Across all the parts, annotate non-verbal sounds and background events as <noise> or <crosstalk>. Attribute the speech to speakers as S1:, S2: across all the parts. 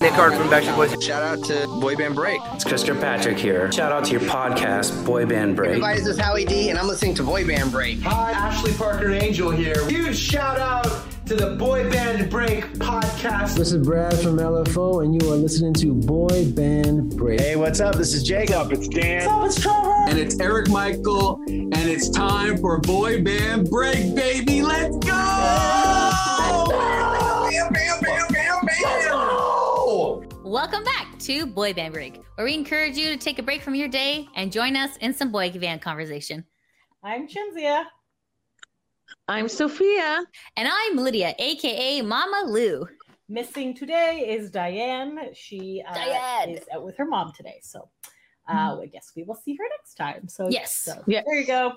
S1: Hickard from Backstreet Boys.
S2: Shout out to Boy Band Break.
S3: It's Chris Kirkpatrick here. Shout out to your podcast, Boy Band Break.
S2: Guys, this is Howie D, and I'm listening to Boy Band Break.
S4: Hi, Ashley Parker Angel here. Huge shout out to the Boy Band Break podcast.
S5: This is Brad from LFO, and you are listening to Boy Band Break.
S6: Hey, what's up? This is Jacob.
S7: It's Dan.
S8: What's up? It's Trevor.
S9: And it's Eric Michael, and it's time for Boy Band Break, baby. Let's go! Bam, bam, bam, bam,
S10: bam. Welcome back to Boy Band Break, where we encourage you to take a break from your day and join us in some boy band conversation.
S8: I'm Chinzia.
S11: I'm Sophia.
S10: And I'm Lydia, aka Mama Lou.
S8: Missing today is Diane. She uh,
S10: Diane. Mm-hmm.
S8: is out with her mom today. So uh, I guess we will see her next time. So
S10: Yes.
S8: so
S11: Yeah.
S8: there you go.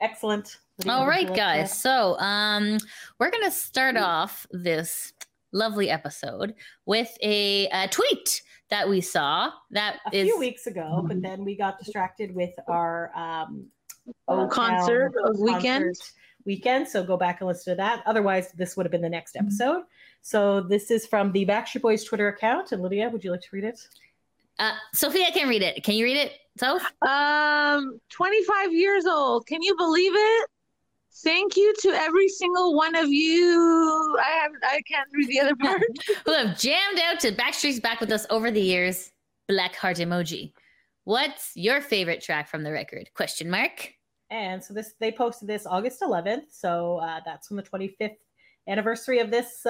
S8: Excellent.
S10: All right,
S8: Excellent.
S10: guys. So, um, we're gonna start off this lovely episode with a, uh tweet that we saw that
S8: A
S10: is
S8: few weeks ago, but then we got distracted with our um,
S10: Oh,
S8: O-Town
S11: Concert of weekend.
S8: concert Weekend. So go back and listen to that. Otherwise, this would have been the next
S10: Mm-hmm.
S8: episode. So this is from the Backstreet Boys Twitter account. And Lydia, would you like to read it?
S10: Uh, Sophia can read it. Can you read it? So,
S11: Um, 25 years old. Can you believe it? Thank you to every single one of you. I have I can't read the other part.
S10: who have jammed out to Backstreet's Back with us over the years. Black heart emoji. What's your favorite track from the record? Question mark.
S8: And so this they posted this August 11th. So uh, that's when the 25th anniversary of this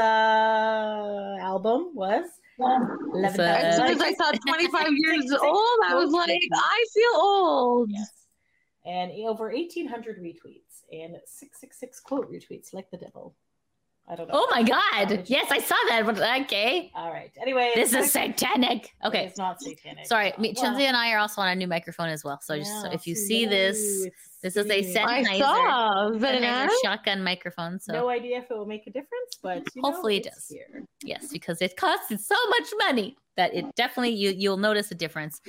S8: uh, album was. 11th
S10: Uh,
S11: As soon
S8: anniversary.
S11: as I saw 25 years old, I was like, I feel old.
S8: Yes. And over 1,800 retweets and 666 quote retweets, like the devil. I don't know.
S10: Oh my God! Yes, I saw that. But okay,
S8: <laughs> All right. Anyway,
S10: this is satanic. Okay,
S8: It's not satanic.
S10: sorry.
S8: Uh,
S10: Me, Chinzi and I are also on a new microphone as well. So just so
S8: yeah,
S10: if you
S8: so
S10: see
S8: no,
S10: this,
S8: it's
S10: this is a
S8: streaming.
S10: set-
S11: I
S10: Sennheiser.
S11: saw
S10: Sennheiser
S11: banana.
S10: shotgun microphone. So
S8: No idea if it will make a difference, but you know,
S10: Hopefully it
S8: it's
S10: does.
S8: Here.
S10: yes, because it costs so much money that it definitely you you'll notice a difference.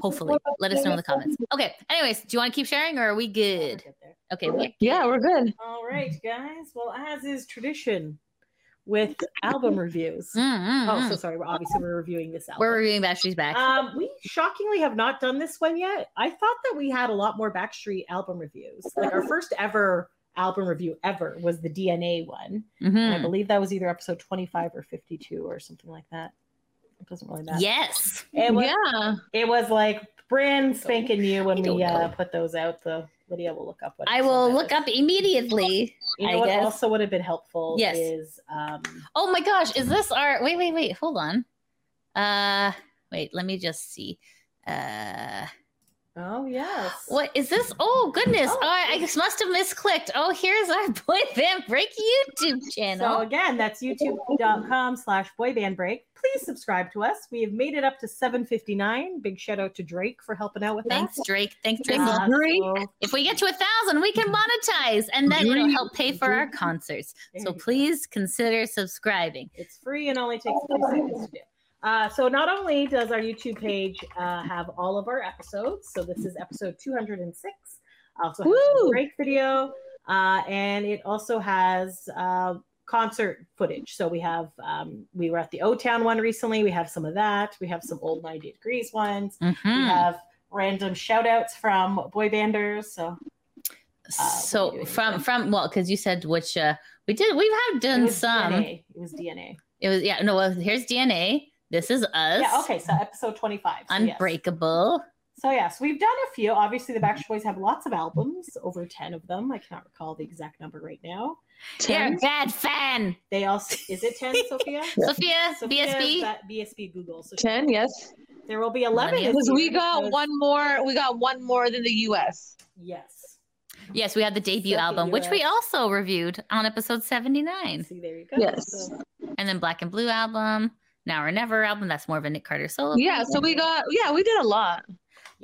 S10: Hopefully, let us know in the comments. Okay. Anyways, do you want to keep sharing or are we
S8: We'll
S10: good?
S8: get there.
S10: Okay. we-
S11: Yeah, we're good.
S8: All right, guys. Well, as is tradition
S10: <laughs>
S8: with album reviews.
S10: Mm, mm,
S8: Oh, so
S10: mm.
S8: sorry. We're obviously we're reviewing this album.
S10: We're reviewing Backstreet's Back.
S8: Um, we shockingly have not done this one yet. I thought that we had a lot more Backstreet album reviews. Like our first ever album review ever was the DNA one. And I
S10: Mhm.
S8: believe that was either episode 25 or 52 or something like that. It doesn't really matter.
S10: Yes.
S8: It was,
S11: yeah.
S8: it was like brand spanking new
S10: I
S8: when
S10: don't
S8: we uh,
S10: know.
S8: put those out. So Lydia will look up what
S10: I
S8: episode
S10: will
S8: that
S10: look
S8: is.
S10: up immediately.
S8: You know
S10: I
S8: what
S10: guess.
S8: also would have been helpful
S10: Yes.
S8: is um
S10: Oh my gosh, is this our wait, wait, wait, hold on. Uh wait, let me just see. Uh
S8: oh yes.
S10: what is this? Oh goodness.
S8: Oh,
S10: Oh, I, I just must have misclicked. Oh, here's our <laughs> boy band break YouTube
S8: <laughs> So
S10: channel.
S8: again, that's youtube.com slash boybandbreak. Please subscribe to us. We have made it up to 759. Big shout out to Drake for helping out with
S10: Thanks,
S8: that.
S10: Drake. Thanks, Drake.
S8: Uh,
S11: Drake.
S8: so
S10: if we get to a thousand, we can monetize and that will
S11: Drake.
S10: help pay for our concerts.
S8: there
S10: So
S8: you go.
S10: please consider subscribing.
S8: It's free and only takes
S10: Oh.
S8: two seconds to do. Uh, so not only does our YouTube page uh, have all of our episodes, so this is episode 206. Also has a
S11: Woo!
S8: break video, uh, and it also has uh, concert footage. So we have um, we were at the O Town one recently. We have some of that. We have some old 90 degrees ones. We
S10: Mhm.
S8: have random shout outs from boy banders. So uh, what are you
S10: So
S8: doing?
S10: from from well, because you said which uh we did we've had
S8: it
S10: done
S8: was
S10: some.
S8: DNA. It was DNA.
S10: It was yeah. No, well, here's DNA. This is us.
S8: Yeah. Okay. So episode 25. So yes.
S10: Unbreakable.
S8: So yes, we've done a few. Obviously, the Backstreet Boys have lots of albums, over ten of them. I cannot recall the exact number right now.
S10: You're a bad fan.
S8: They also is
S10: <laughs>
S8: it ten, Sophia?
S10: Sophia,
S8: Sophia,
S10: BSB.
S8: that- BSB Google. So
S11: 10, yes.
S8: there will be eleven.
S10: Millennium.
S8: this
S11: Because we
S8: year
S11: got
S8: because-
S11: one more, we got one more than the US.
S8: Yes.
S10: yes, we had the debut
S8: Sophia,
S10: album, which we
S8: yes.
S10: also reviewed on episode 79.
S8: See, there you go.
S11: Yes.
S8: So,
S10: And then Black and Blue album, Now or Never album. That's more of a Nick Carter solo.
S11: Yeah, so we got yeah, we did a lot.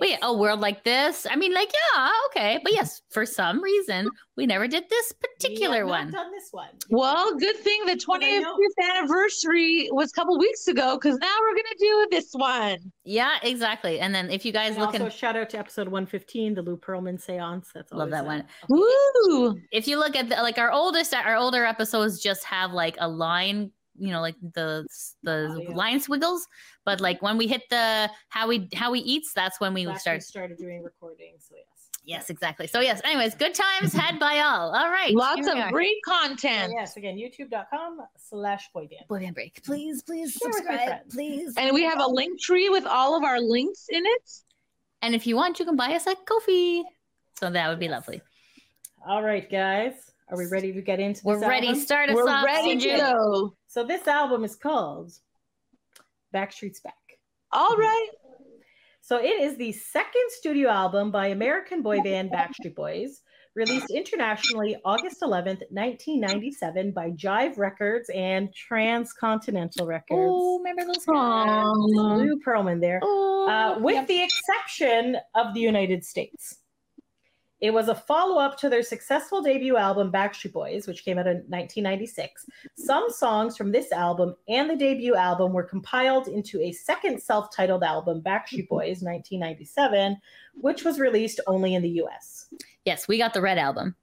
S10: Wait,
S8: yes.
S10: a world like this? I mean, like, yeah, okay. But yes, for some reason, we never did this
S8: We have
S10: particular
S8: not
S10: one.
S8: Done this one.
S11: Well, good thing the
S8: I know.
S11: 25th anniversary was a couple weeks ago because now we're gonna do this one.
S10: Yeah, exactly. And then if you guys
S8: And
S10: look
S8: also
S10: in
S8: shout out to episode 115, the Lou Pearlman seance. That's
S10: Love
S8: always
S10: that
S8: a-
S10: one.
S11: Woo!
S10: if you look at the, like our oldest our older episodes just have like a line you know, like the the
S8: Oh, yeah.
S10: line swiggles. But like when we hit the how we how we eats, that's when we
S8: That's when
S10: start.
S8: started doing recording. So yes.
S10: Yes, exactly. So yes. Anyways, good times had by all. All right.
S11: Lots
S10: here
S11: of
S10: we are.
S11: great
S8: And
S11: content.
S8: yes, again, youtube.com slash boyband.
S10: Boy Band break. Please, please
S8: Share with your
S10: subscribe.
S8: friends.
S10: Please.
S11: And we have a link tree with all of our links in it.
S10: And if you want, you can buy us a coffee. So that would be
S8: Yes.
S10: lovely.
S8: All right, guys. Are we ready to get into
S10: We're
S8: this
S10: ready.
S8: album?
S10: Start us
S11: We're
S10: off.
S11: ready
S10: Sinju.
S11: to go.
S8: So this album is called Backstreet's Back.
S11: All right.
S8: So it is the second studio album by American boy band Backstreet Boys, released internationally August 11th, 1997 by Jive Records and Transcontinental Records.
S10: Oh, remember those guys?
S11: Aw.
S8: Lou Pearlman there.
S10: Oh,
S8: Uh, with
S10: yep.
S8: the exception of the United States. It was a follow up to their successful debut album, Backstreet Boys, which came out in 1996. Some songs from this album and the debut album were compiled into a second self titled album, Backstreet Boys 1997, which was released only in the US.
S10: yes, we got the red album.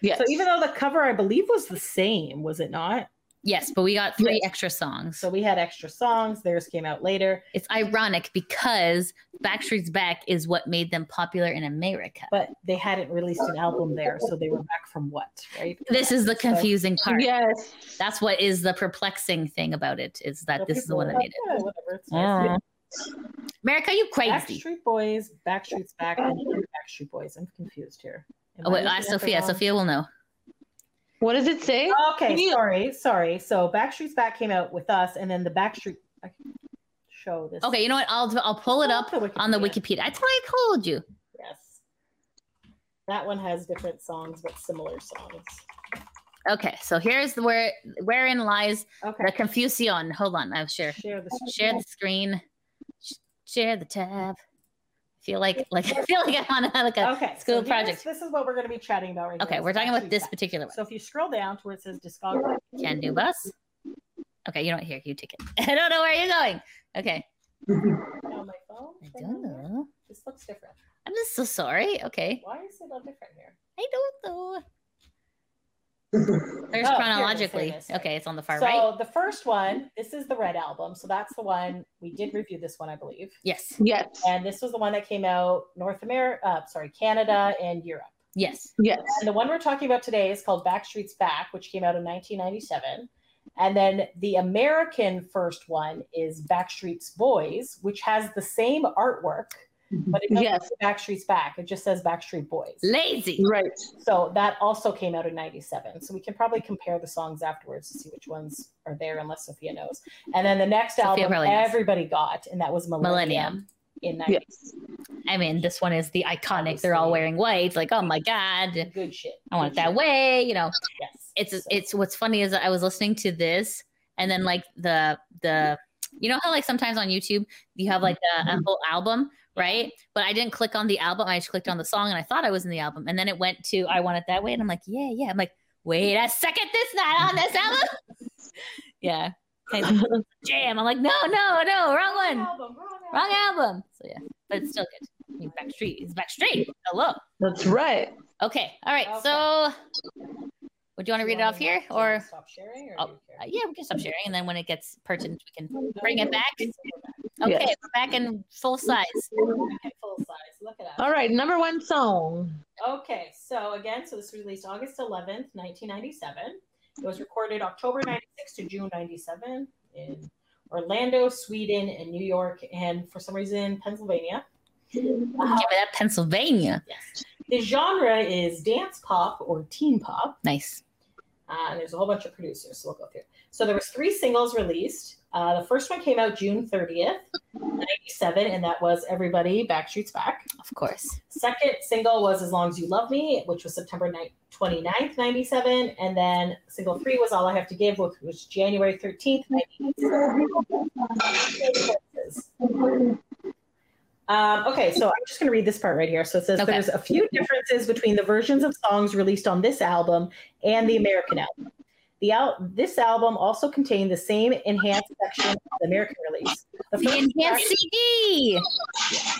S11: Yes.
S8: So even though the cover, I believe, was the same, was it not?
S10: Yes, but we got three extra songs.
S8: So we had extra songs. Theirs came out later.
S10: It's ironic because Backstreet's Back is what made them popular in America.
S8: But they hadn't released an album there, so they were back from what, right?
S10: This is the
S8: So-
S10: confusing part.
S11: yes.
S10: That's what is the perplexing thing about it is that
S8: So
S10: this is the
S8: people
S10: one
S8: were
S10: that
S8: like,
S10: made it.
S8: "Yeah, whatever, it's nice."
S10: Mm. America, you crazy.
S8: Backstreet Boys, Backstreet's Back, and then Backstreet Boys. I'm confused here. Am
S10: Oh, wait,
S8: looking
S10: ask
S8: at the
S10: Sophia.
S8: wrong-
S10: Sophia will know.
S11: What does it say?
S8: Okay,
S11: Can you-
S8: sorry, sorry. So Backstreet's Back came out with us, and then the Backstreet I can show this.
S10: Okay, you know what? I'll I'll pull it
S8: Oh,
S10: up on the Wikipedia. I thought I told you.
S8: Yes, that one has different songs but similar songs.
S10: Okay, so here's where wherein lies
S8: Okay,
S10: the confusion. Hold on, I'm sure.
S8: share this.
S10: share the screen, sh- share the tab. Feel like like <laughs> I feel like I'm on a, like a
S8: Okay, so
S10: school
S8: here's-
S10: project.
S8: This is what we're going to be chatting about right
S10: Okay,
S8: now,
S10: we're
S8: is
S10: talking about
S8: Backstreet
S10: this
S8: Back.
S10: particular one.
S8: So if you scroll down to where it says discography,
S10: Can do bus. Okay, you don't hear. You take it. <laughs> I don't know where you're going. Okay,
S8: on my phone,
S10: I don't know.
S8: This looks different.
S10: I'm just so sorry. Okay,
S8: Why is it all different here?
S10: I don't know.
S8: <laughs>
S10: There's
S8: Oh,
S10: chronologically.
S8: here it is.
S10: Okay, it's on the far
S8: so
S10: right.
S8: the first one, this is the Red album. So that's the one we did review. This one, I believe,
S10: Yes,
S11: Yes.
S8: and this was the one that came out North America, uh, sorry, Canada and Europe.
S10: yes.
S11: Yes.
S8: And the one we're talking about today is called Backstreet's Back, which came out in 1997. And then the American first one is Backstreet's Boys, which has the same artwork, but it doesn't
S11: Yes.
S8: say Backstreet's Back. It just says Backstreet Boys.
S10: Lazy.
S11: Right.
S8: So that also came out in 97. So we can probably compare the songs afterwards to see which ones are there, unless Sophia knows. And then the next
S10: Sophia
S8: album
S10: probably knows.
S8: everybody got, and that was Millennium, in 90.
S11: Yes.
S10: I mean, this one is the iconic. They're all
S8: Obviously.
S10: wearing white. Like, oh my god,
S8: Good shit.
S10: I want it
S8: Good
S10: that
S8: shit.
S10: way. You know,
S8: Yes.
S10: it's
S8: So-
S10: it's what's funny is I was listening to this and then like the the you know how like sometimes on YouTube you have like a, a whole album right but I didn't click on the album I just clicked on the song and I thought I was in the album and then it went to I want it that way and I'm like yeah yeah I'm like wait a second this not on this album <laughs> yeah Kind of like, jam I'm like no no no wrong one wrong
S8: Album, wrong album.
S10: album so yeah but it's still good I mean, Backstreet it's Backstreet hello
S11: That's right.
S10: okay all right
S8: Okay.
S10: so would you want to read it off
S8: Do you
S10: here
S8: want me to
S10: or
S8: stop sharing or
S10: Oh,
S8: do you care?
S10: uh, yeah, we can stop sharing, and then when it gets pertinent, we can bring it back. Okay,
S11: Yes.
S10: we're back in full size.
S8: Okay, full size. Look at us.
S11: All right. Number one song.
S8: Okay, so again, so this was released August 11th, 1997. It was recorded October 96 to June 97 in Orlando, Sweden, and New York, and for some reason, Pennsylvania.
S10: Give me that Pennsylvania.
S8: Yes. The genre is dance pop or teen pop,
S10: Nice.
S8: uh, and there's a whole bunch of producers, so we'll go through. So there was three singles released. Uh, the first one came out June 30th, 97, and that was Everybody Backstreet's Back.
S10: Of course.
S8: Second single was As Long as You Love Me, which was September 9th, 29th, 97. And then single three was All I Have to Give, which was January 13th, 1997. Um, okay, so I'm just going to read this part right here. So it says
S10: Okay.
S8: there's a few differences between the versions of songs released on this album and the American album. The al- this album also contained the same enhanced section of the American release. The
S10: The
S8: first
S10: enhanced CD.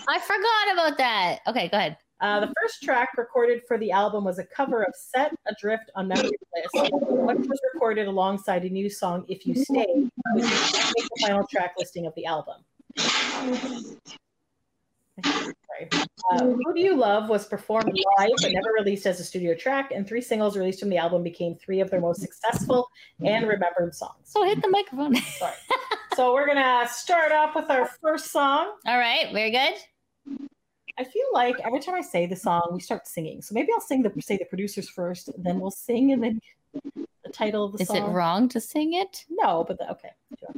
S10: I forgot about that. Okay, go ahead.
S8: Uh, the first track recorded for the album was a cover of Set Adrift on Memory List, which was recorded alongside a new song, If You Stay, which is the final track listing of the album. Sorry. Uh, Who Do You Love was performed live but never released as a studio track, and three singles released from the album became three of their most successful and remembered songs.
S10: So hit the microphone. <laughs>
S8: So we're gonna start off with our first song.
S10: All right, very good.
S8: I feel like every time I say the song, we start singing. So maybe I'll sing the say the producers first, and then we'll sing, and then the title of the
S10: Is
S8: song.
S10: it wrong to sing it?
S8: No, but the, okay, sure.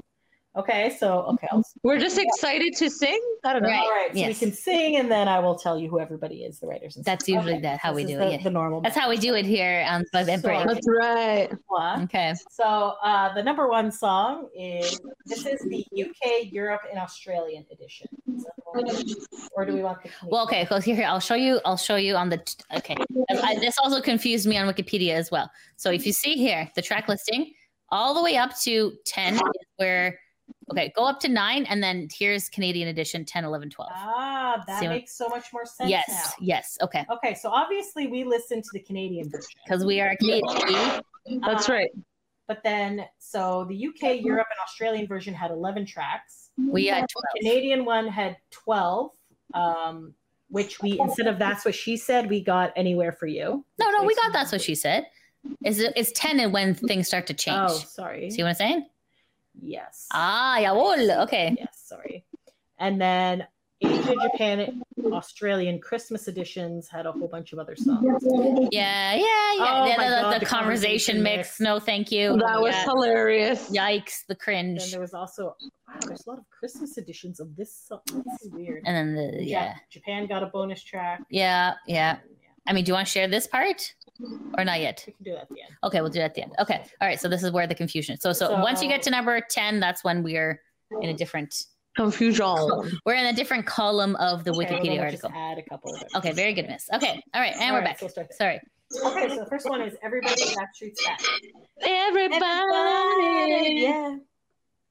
S8: okay. So okay, I'll,
S11: We're just excited to sing. I don't know.
S10: Right.
S8: all right. So
S10: yes.
S8: we can sing, and then I will tell you who everybody is, the writers. And
S10: That's
S8: stuff.
S10: usually that- how
S8: this
S10: we
S8: is
S10: do it,
S8: The,
S10: yeah.
S8: the normal.
S10: That's how we do it here on Bug and Break.
S8: Sorry.
S11: That's right.
S8: method.
S10: Okay.
S8: So uh, the number one song is this is the UK, Europe, and Australian edition. Is that the one we want? or do we want the Canadian?
S10: Well, okay. Well, here, here, I'll show you. I'll show you on the. t- Okay. I, this also confused me on Wikipedia as well. So if you see here, the track listing, all the way up to 10 is where, okay, go up to nine, and then here's Canadian edition 10, 11, 12.
S8: Ah, that
S10: See what-
S8: makes so much more sense.
S10: yes. Yes. Okay.
S8: Now. Okay, so obviously we listen to the Canadian version,
S10: Because we are Canadian.
S11: That's
S8: Uh,
S11: right.
S8: but then so the UK,
S10: Mm-hmm.
S8: Europe, and Australian version had eleven tracks.
S10: We are 12.
S8: Canadian one had twelve, um, which we instead of that's what she said, we got anywhere for you.
S10: No, no, we got that's what she said. Is it, it's 10 and when things start to change.
S8: Oh, sorry.
S10: See what I'm saying?
S8: Yes.
S10: Ah, Yaul.
S8: <laughs>
S10: Okay.
S8: Yes, sorry. And then Asia, Japan, Australian Christmas editions had a whole bunch of other songs.
S10: Yeah, yeah, yeah.
S8: Oh
S10: yeah
S8: my
S10: the,
S8: God,
S10: the
S8: the
S10: conversation
S8: conversation
S10: mix.
S8: mix.
S10: No, thank you.
S11: That was
S10: yeah.
S11: hilarious.
S10: Yikes, the
S8: Then
S10: cringe.
S8: there was also wow, there's a lot of Christmas editions of this song. This is weird.
S10: And then the yeah.
S8: Ja- Japan got a bonus track.
S10: Yeah, yeah.
S8: Yeah,
S10: I mean, do you want to share this part or not yet?
S8: we can do that at the end.
S10: Okay, we'll do that at the end. Okay. All right. So this is where the confusion. So so,
S8: So-
S10: once you get to number 10, that's when we're in a different
S11: Confusion.
S10: we're in a different column of the Wikipedia
S8: we'll
S10: article.
S8: Just add a couple of them.
S10: Okay, very good, miss. Okay. All right. And
S8: All
S10: we're
S8: right,
S10: back.
S8: so we'll start
S10: Sorry.
S8: there. Okay, so the first one is Everybody Backstreet's Back.
S11: Everybody.
S8: Yeah.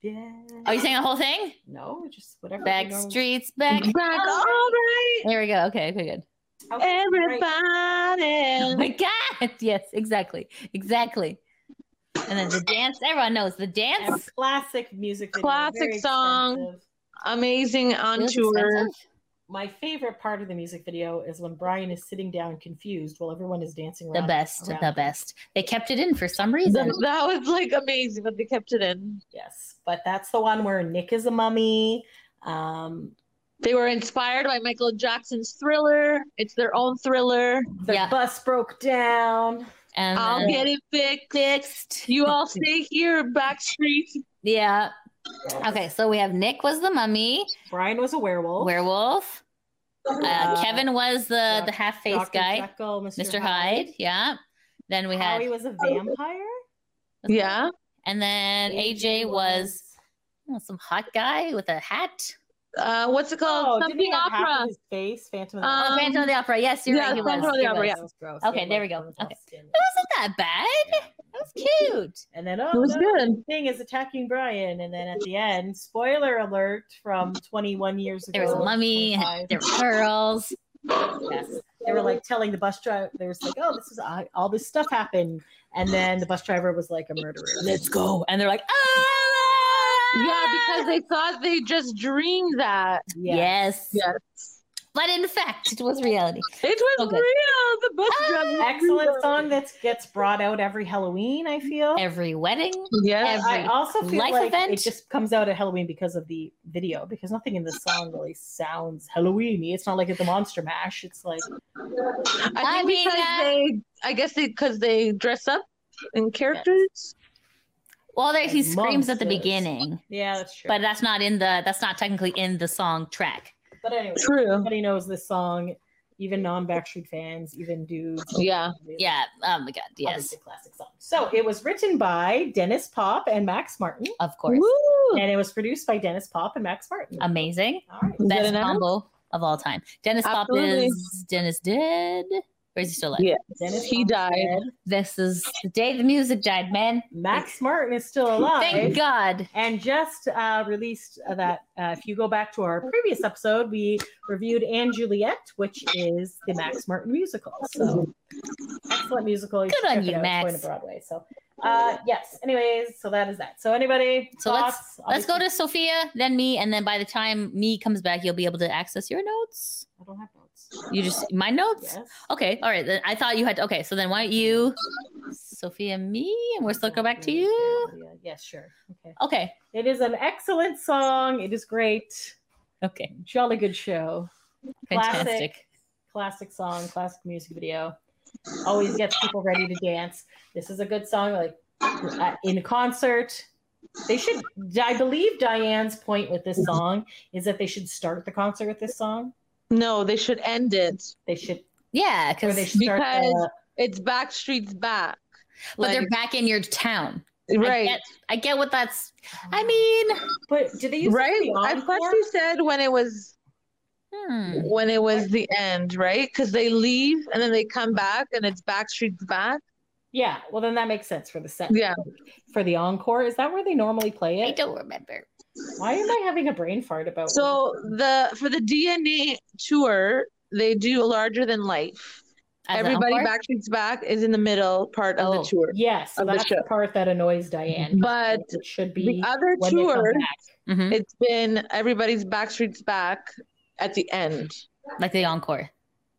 S8: Yeah.
S10: Are you saying the whole thing?
S8: No, just whatever.
S10: Back streets back. <laughs>
S11: <laughs> Back. All right.
S10: There we go. Okay, okay, good.
S8: Everybody.
S10: Oh
S11: Everybody.
S10: my god! Yes, exactly, exactly. And then the dance. Everyone knows the dance.
S8: Classic music. video,
S11: Classic
S8: very
S11: song.
S8: expensive.
S11: Amazing on
S10: Feels
S11: tour.
S10: expensive.
S8: My favorite part of the music video is when Brian is sitting down confused while everyone is dancing
S10: The
S8: around.
S10: best,
S8: around
S10: the
S8: him.
S10: best. They kept it in for some
S11: Th-
S10: reason.
S11: That was like amazing, but they kept it in.
S8: Yes, but that's the one where Nick is a mummy. Um,
S11: They were inspired by Michael Jackson's Thriller. It's their own thriller.
S8: the
S10: Yeah.
S8: bus broke down.
S10: And
S11: I'll
S10: then
S11: get it fixed.
S10: fixed.
S11: You all stay here, Backstreet.
S10: Yeah. Okay, so we have Nick was the mummy,
S8: Brian was a werewolf.
S10: werewolf. Uh,
S8: Uh,
S10: Kevin was the
S8: Doc-
S10: the half faced
S8: Dr.
S10: guy,
S8: Jekyll, Mr.
S10: Mr. Hyde. Yeah. Then we had, Oh,
S8: Howie was a vampire.
S11: Yeah.
S10: and then AJ was oh, some hot guy with a hat.
S11: Uh, what's it
S8: oh, Uh,
S11: called?
S8: didn't he
S11: Something
S8: have half
S11: opera.
S8: of his face, Phantom of the
S11: Um,
S10: Oh, Phantom of the Opera. Yes, you're
S11: yeah,
S10: right. He was.
S11: Phantom of the
S10: he
S11: Opera,
S10: was.
S11: yeah.
S8: That was gross.
S10: Okay,
S8: It
S10: there we
S8: looked-
S10: go.
S8: it was all
S10: Okay.
S8: skin.
S10: It wasn't that bad. That was cute.
S8: And then oh,
S11: It was
S8: no,
S11: good.
S8: thing is attacking Brian, and then at the end, spoiler alert from 21 years ago.
S10: There was a mummy.
S8: 25,
S10: There were pearls.
S8: yes. They were like telling the bus driver, there was like, oh, this is I- all this stuff happened, and then the bus driver was like a murderer.
S10: Let's go. And they're like, ah!
S11: Yeah, because they thought they just dreamed that.
S8: Yeah.
S10: yes. But in fact, it was reality.
S11: It was
S10: Okay.
S11: real. The
S10: Ah!
S11: bus driver.
S8: Excellent song that gets brought out every Halloween. I feel.
S10: Every wedding.
S11: Yes.
S10: Every
S8: I also feel
S10: life
S8: like
S10: event.
S8: it just comes out at Halloween because of the video, because nothing in the song really sounds Halloweeny. It's not like at the Monster Mash. It's like
S11: I
S10: I
S11: think
S10: mean,
S11: because
S10: uh,
S11: they, I guess they, because they dress up in characters.
S10: Well, there he
S8: Like
S10: screams at the
S8: monsters.
S10: beginning,
S8: yeah, that's true.
S10: but that's not in the. That's not technically in the song track.
S8: but anyway,
S11: True.
S8: everybody knows this song. Even non-Backstreet fans, even dudes.
S11: Yeah.
S8: They
S10: Yeah. Oh my god. Yes.
S8: Obviously classic song. So it was written by Dennis Pop and Max Martin,
S10: Of course.
S11: Woo!
S8: and it was produced by Dennis Pop and Max Martin.
S10: Amazing.
S8: All right.
S11: Is that
S10: Best
S11: enough?
S10: combo of all time. Dennis Pop
S11: Absolutely.
S10: is Dennis dead. Or is he still alive?
S11: Yeah,
S8: Dennis
S11: he died.
S10: This is the day the music died, man.
S8: Max Martin is still alive.
S10: Thank God.
S8: and just uh, released that uh, if you go back to our previous episode, we reviewed Anne Juliet, which is the Max Martin musical. So excellent musical.
S10: Good
S8: should
S10: on
S8: check
S10: you,
S8: it out. It's
S10: Max.
S8: Going to Broadway. So uh, yes. Anyways, so that is that. So anybody?
S10: So
S8: thoughts?
S10: Let's go to
S8: Obviously,
S10: Sophia, then me, and then by the time me comes back, you'll be able to access your notes.
S8: I don't have notes.
S10: You just my notes.
S8: Yes.
S10: Okay, all right. Then I thought you had. okay, so then why don't you, Sophia, me, and we'll still go back to you.
S8: Yeah, yeah, sure. Okay.
S10: Okay,
S8: It is an excellent song. It is great.
S10: okay,
S8: Jolly good show. Classic.
S10: fantastic.
S8: classic song, classic music video. Always gets people ready to dance. This is a good song, like uh, in concert. They should, I believe Diane's point with this song is that they should start the concert with this song.
S11: No, they should end it.
S8: They should,
S10: Yeah,
S8: or
S10: because
S8: they should start the,
S11: It's Backstreet's back.
S10: but they're
S11: Like-
S10: back in your town. I
S11: Right,
S10: get, I get what that's. I mean,
S8: but do they use
S11: right.
S8: the
S11: I thought
S8: encore?
S11: you said when it was
S10: hmm.
S11: when it was the end, right? Because they leave and then they come back and it's Backstreet's back.
S8: Yeah, well then that makes sense for the set.
S11: Yeah,
S8: For the encore, is that where they normally play
S10: I
S8: it?
S10: don't remember.
S8: Why am I having a brain fart about?
S11: So the for the DNA tour, they do larger than life.
S10: As an
S11: Everybody
S10: encore?
S11: Backstreet's back is in the middle part
S10: Oh.
S11: of the tour.
S8: yes, so
S11: Of the
S8: that's the,
S11: show.
S8: part that annoys Diane.
S11: But
S8: it should
S11: The
S8: be
S11: other
S8: when they come
S11: tour,
S8: back.
S10: Mhm,
S11: it's been everybody's Backstreet's back at the end
S10: like the encore.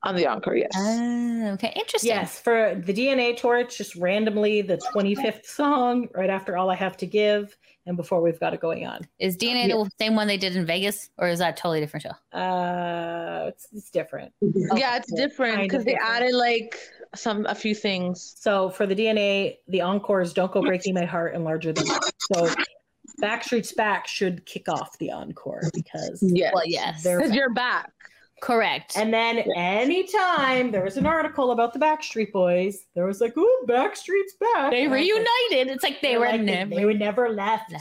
S11: on the encore. Yes,
S10: Oh, okay, interesting.
S8: Yes, for the DNA tour, it's just randomly the 25th song right after All I Have to Give and before we've got it going on.
S10: Is DNA the same one they did in Vegas, or is that a totally different show?
S8: Uh, it's, it's different.
S11: yeah, it's different
S8: Kind of
S11: because they
S8: different.
S11: added like some a few things.
S8: So for the DNA, the encores Don't Go Breaking My Heart and Larger Than Life. So Backstreet's Back should kick off the encore because
S11: Yeah,
S10: Well, yes,
S8: they're
S11: because you're back.
S10: correct.
S8: And then anytime there was an article about the Backstreet Boys, there was like, "Ooh, Backstreet's back!"
S10: they
S8: And I was like,
S10: reunited. It's like they
S8: they're
S10: were
S8: like,
S10: never.
S8: they were never left.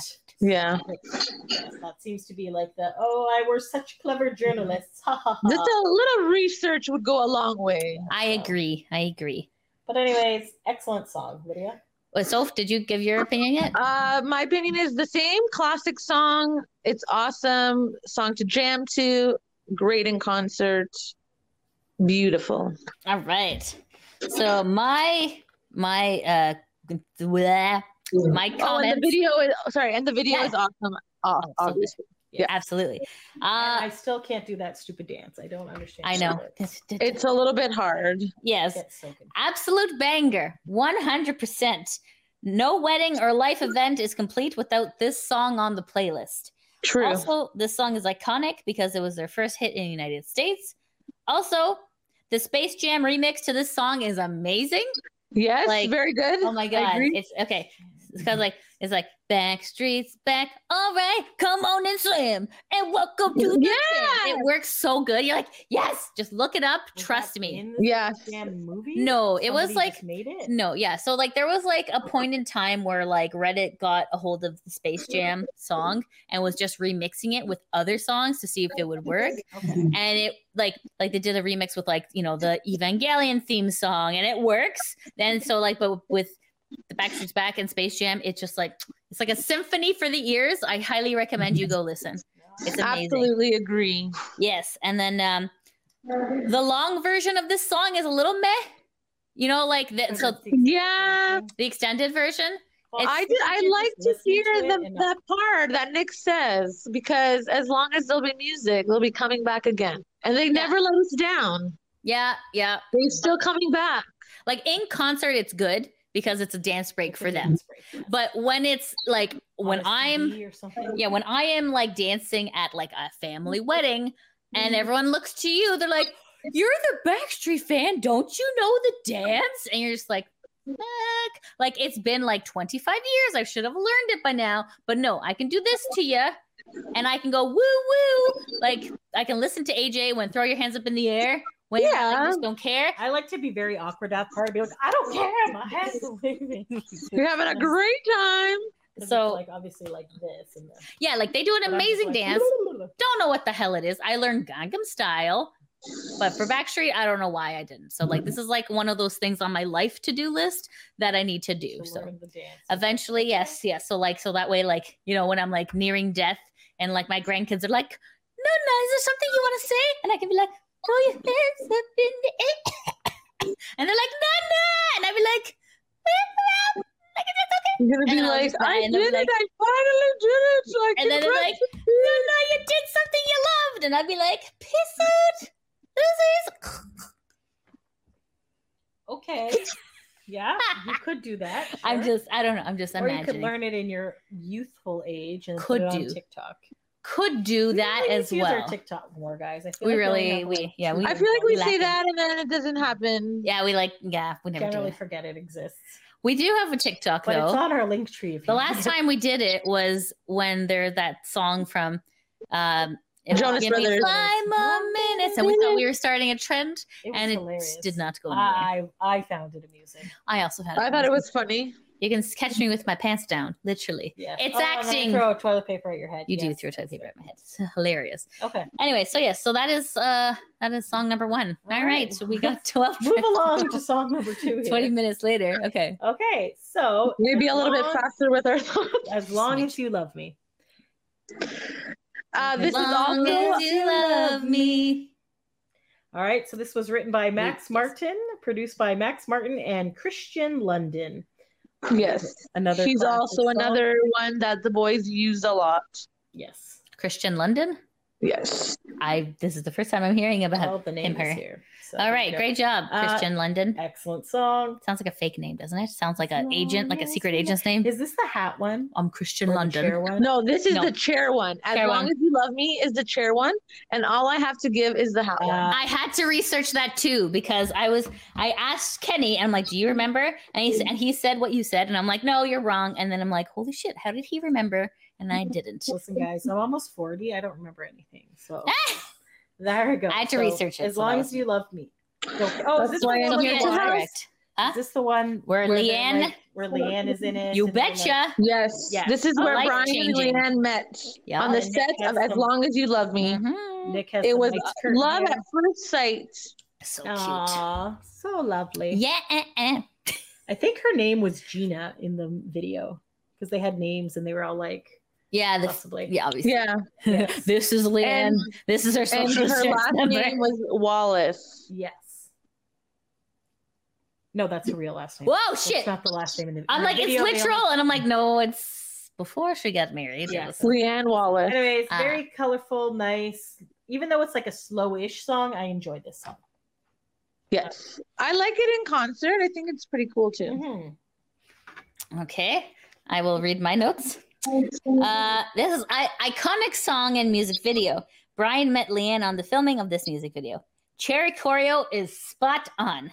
S11: Yeah.
S8: Like, yes, that seems to be like the oh, I were such clever journalists. Ha, ha, ha.
S11: Just a little research would go a long way.
S10: I agree. I agree.
S8: But anyways, excellent song, Lydia.
S10: Wait, Soph, did you give your opinion yet?
S11: Uh, my opinion is the same classic song. It's awesome song to jam to. Great in concert. Beautiful.
S10: All right. So my my uh bleh, my
S11: Oh, and the
S10: comments.
S11: video is sorry, and the video
S10: Yeah.
S11: is awesome. Oh,
S10: Absolutely.
S11: obviously, yeah.
S10: Absolutely.
S8: And I
S10: Uh,
S8: still can't do that stupid dance. I don't understand.
S10: I know.
S11: it's a little bit hard.
S10: yes.
S8: It's so good.
S10: Absolute banger. 100%. No wedding or life event is complete without this song on the playlist.
S11: True.
S10: Also, this song is iconic because it was their first hit in the United States. Also, the Space Jam remix to this song is amazing.
S11: yes,
S10: like-
S11: very good.
S10: Oh my
S11: <laughs> I
S10: god,
S11: agree.
S10: it's okay. It's cause like it's like back streets back. All right, come on and swim and welcome to the
S11: Yeah.
S10: jam." It works so good. You're like yes, just look it up.
S8: Was
S10: Trust
S8: that
S10: me.
S8: in the
S11: Yes.
S8: Damn movie.
S10: No, it was
S8: Somebody just
S10: like
S8: made it.
S10: no, yeah. So like there was like a point in time where like Reddit got a hold of the Space Jam song and was just remixing it with other songs to see if it would work.
S8: Okay.
S10: And it like like they did a remix with like, you know, the Evangelion theme song and it works. Then so like but with the Backstreet's Back and Space Jam, it's just like it's like a symphony for the ears. I highly recommend you go listen. It's amazing.
S11: Absolutely agree.
S10: Yes, and then um the long version of this song is a little meh. You know, like that. So
S11: Yeah.
S10: the extended version.
S8: Well,
S11: I did. I
S8: just
S11: like to
S8: listening
S11: hear
S8: it
S11: the,
S8: and not-
S11: that part that Nick says because as long as there'll be music, they'll be coming back again, and they never let us down.
S10: Yeah, yeah.
S11: They're still coming back.
S10: Like in concert, it's good because it's a dance break
S8: It's
S10: for
S8: a
S10: them.
S8: dance break.
S10: But when it's like when
S8: On a
S10: I'm
S8: CD or something.
S10: yeah, when I am like dancing at like a family wedding and everyone looks to you, they're like, You're the Backstreet fan, don't you know the dance? And you're just like, Fuck. Like it's been like 25 years. I should have learned it by now. But no, I can do this to you. And I can go woo woo. Like I can listen to AJ when throw your hands up in the air. When you're like, I
S11: Yeah.
S10: just don't care.
S8: I like to be very awkward that part. Be like, I don't care. My hands are waving.
S11: You're having a great time.
S8: 'Cause it's,
S10: So-
S8: like obviously like this and then,
S10: Yeah, like they do an
S8: but I'm just <laughs>
S10: amazing
S8: like,
S10: dance. Don't know what the hell it is. I learned Gangnam Style. But for Backstreet, I don't know why I didn't. So like this is like one of those things on my life to do list that I need to do.
S8: The
S10: So
S8: word of the dance.
S10: eventually, yes, yes. So like so that way, like you know, when I'm like nearing death, and like my grandkids are like, "No, no, is there something you want to say?" And I can be like, "Throw your hands up in the air," <laughs> and they're like, "No, no," and I'd be like, "Like it's okay."
S11: I'm gonna
S10: And
S11: be
S10: then I'll
S11: like,
S10: just die,
S11: I
S10: and
S11: did
S10: they'll
S11: it!
S10: be like-
S11: I finally did it! I
S10: And then
S11: can
S10: they're like, no, no, you did something you loved. And I'd be like, piss out, losers. <laughs>
S8: Okay. Yeah, you could do that.
S10: I'm
S8: sure.
S10: just, I don't know. I'm just
S8: or you
S10: imagining.
S8: could learn it in your youthful age and
S10: Could
S8: put it on
S10: do.
S8: TikTok.
S10: Could do
S8: We
S10: that
S8: really
S10: as
S8: need to use
S10: well.
S8: our TikTok more, guys. I feel
S10: We
S8: like
S10: really,
S8: have a-
S10: we, yeah, we,
S11: I feel like we say
S10: lacking.
S11: that and then it doesn't happen.
S10: Yeah, we like, yeah, we never do
S8: generally
S10: it.
S8: forget it exists,
S10: We do have a TikTok
S8: but it's
S10: though.
S8: on our link tree. If
S10: The
S8: you <laughs>
S10: last time we did it was when there's that song from, um, it was
S11: Jonas
S10: Give Me
S11: Brothers.
S10: Five more minutes, and we thought we were starting a trend,
S8: it was
S10: and it
S8: hilarious.
S10: did not go anywhere.
S8: I I found it amusing.
S10: I also had.
S11: I thought it was funny.
S10: You can catch me with my pants down, literally.
S8: Yeah,
S10: It's
S8: Oh, and I
S10: acting.
S8: Throw toilet paper at your head.
S10: You do
S8: yes.
S10: throw toilet paper at my head. It's hilarious.
S8: Okay,
S10: Anyway, so yes, so that is uh that is song number one.
S8: All
S10: All
S8: right.
S10: right, so we got twelve.
S8: move
S10: <laughs>
S8: along to song number two. Here.
S10: Twenty minutes later. Okay.
S8: Okay,
S10: <laughs>
S8: so
S11: Maybe a
S8: as
S11: little bit
S8: long-
S11: faster with our thoughts.
S8: As long as you love me.
S11: Uh, this is
S10: Long
S11: also
S10: as you love me.
S8: All right, so this was written by Max
S10: yes.
S8: Martin, produced by Max Martin and Christian London.
S11: yes.
S8: Another.
S11: She's
S8: classic
S11: also
S8: song.
S11: another one that the boys use a lot.
S8: Yes.
S10: Christian London.
S11: Yes.
S10: I this is the first time I'm hearing
S8: All
S10: about
S8: the names
S10: her.
S8: here. So
S10: All
S8: there
S10: right,
S8: you go.
S10: great job,
S8: Oh, Uh,
S10: Christian London.
S8: Excellent song.
S10: Sounds like a fake name, doesn't it? Sounds like an agent, like a secret
S8: Long as
S10: agent's name.
S8: Is this the hat one?
S10: I'm Christian
S8: Or the
S10: London.
S8: chair one?
S11: No, this is
S10: No.
S11: the chair one. As
S10: Chair
S11: long
S10: one.
S11: as you love me is the chair one, and all I have to give is the hat one.
S8: Uh,
S10: I had to research that too because I was I asked Kenny and I'm like, "Do you remember?" And he s- and he said what you said, and I'm like, "No, you're wrong." And then I'm like, "Holy shit, how did he remember?" And I didn't.
S8: listen, guys, I'm almost 40. I don't remember anything. So there we go.
S10: Ah! I had to
S8: So,
S10: research it,
S8: As
S10: so
S8: long
S10: that
S8: as
S10: was-
S8: you love me. Okay. Oh, is
S11: That's
S8: this the
S11: why
S8: one
S11: I'm
S8: with
S10: So
S11: here
S10: here it
S8: the
S10: is
S11: to
S8: house?
S11: help.
S10: correct. Huh?
S8: Is this the one
S10: Where
S8: they're,
S10: Leanne-
S8: like-
S10: <laughs>
S8: where Leanne is in it?
S10: You
S8: and they're, like,
S10: betcha.
S11: Yes.
S8: Yes.
S11: This is where
S10: Life
S11: Brian
S10: changing.
S11: and Leanne met
S10: Yeah.
S11: on the
S8: And Nick
S11: set
S8: has
S11: of As
S8: some-
S11: Long as You Love Me.
S10: Mhm.
S8: Nick has
S11: It
S8: some
S11: was
S8: nice curtain
S11: love
S8: hair.
S11: at first sight.
S10: So cute.
S8: Aw, so lovely.
S10: Yeah. eh, eh.
S8: I think her name was Gina in the video because they had names and they were all like
S10: Yeah. The,
S8: possibly.
S10: yeah. Obviously.
S11: Yeah.
S10: <laughs> this is Leanne.
S11: And,
S10: this is her
S11: and
S10: social
S11: her
S10: stress <laughs>
S11: last
S10: number.
S11: name was Wallace.
S8: Yes. No, that's her real last name.
S10: Whoa,
S8: That's
S10: shit.
S8: not the last name in the.
S10: I'm
S8: in the
S10: like, it's
S8: video, they only-
S10: literal, and I'm like, no, it's before she got married. It
S8: Yeah.
S10: was-
S11: Leanne Wallace.
S8: Anyways,
S10: Ah.
S8: very colorful, nice. Even though it's like a slowish song, I enjoy this song.
S11: Yes. I like it in concert. I think it's pretty cool
S10: Mm-hmm.
S11: too.
S8: Mhm.
S10: Okay, I will read my notes. Uh, this is I- iconic song and music video. Brian met Leanne on the filming of this music video. Cherry choreo is spot on.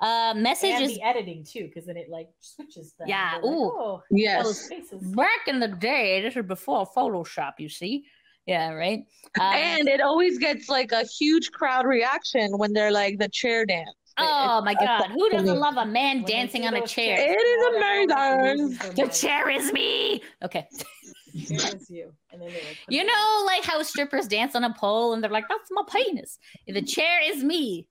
S10: Uh, message
S8: And
S10: is
S8: the editing too, because then it like switches them.
S10: Yeah,
S8: They're like,
S10: ooh.
S8: oh, those
S11: Yes.
S8: faces.
S10: back in the day. This was before Photoshop. You see, yeah,
S8: <laughs>
S10: right. Uh,
S11: And it always gets like a huge crowd reaction when they're like the chair dance.
S10: oh my God, who doesn't love a man
S8: When they
S10: dancing
S8: see
S10: on a
S8: those
S10: chair?
S8: chairs,
S11: It is
S8: all they're
S11: amazing.
S8: always losing
S10: The
S8: their
S10: chair is me. Okay.
S8: mind. Chair is you. And then they, like, put
S10: You
S8: it-
S10: know, like how strippers dance on a pole and they're like, that's my penis. The chair is me.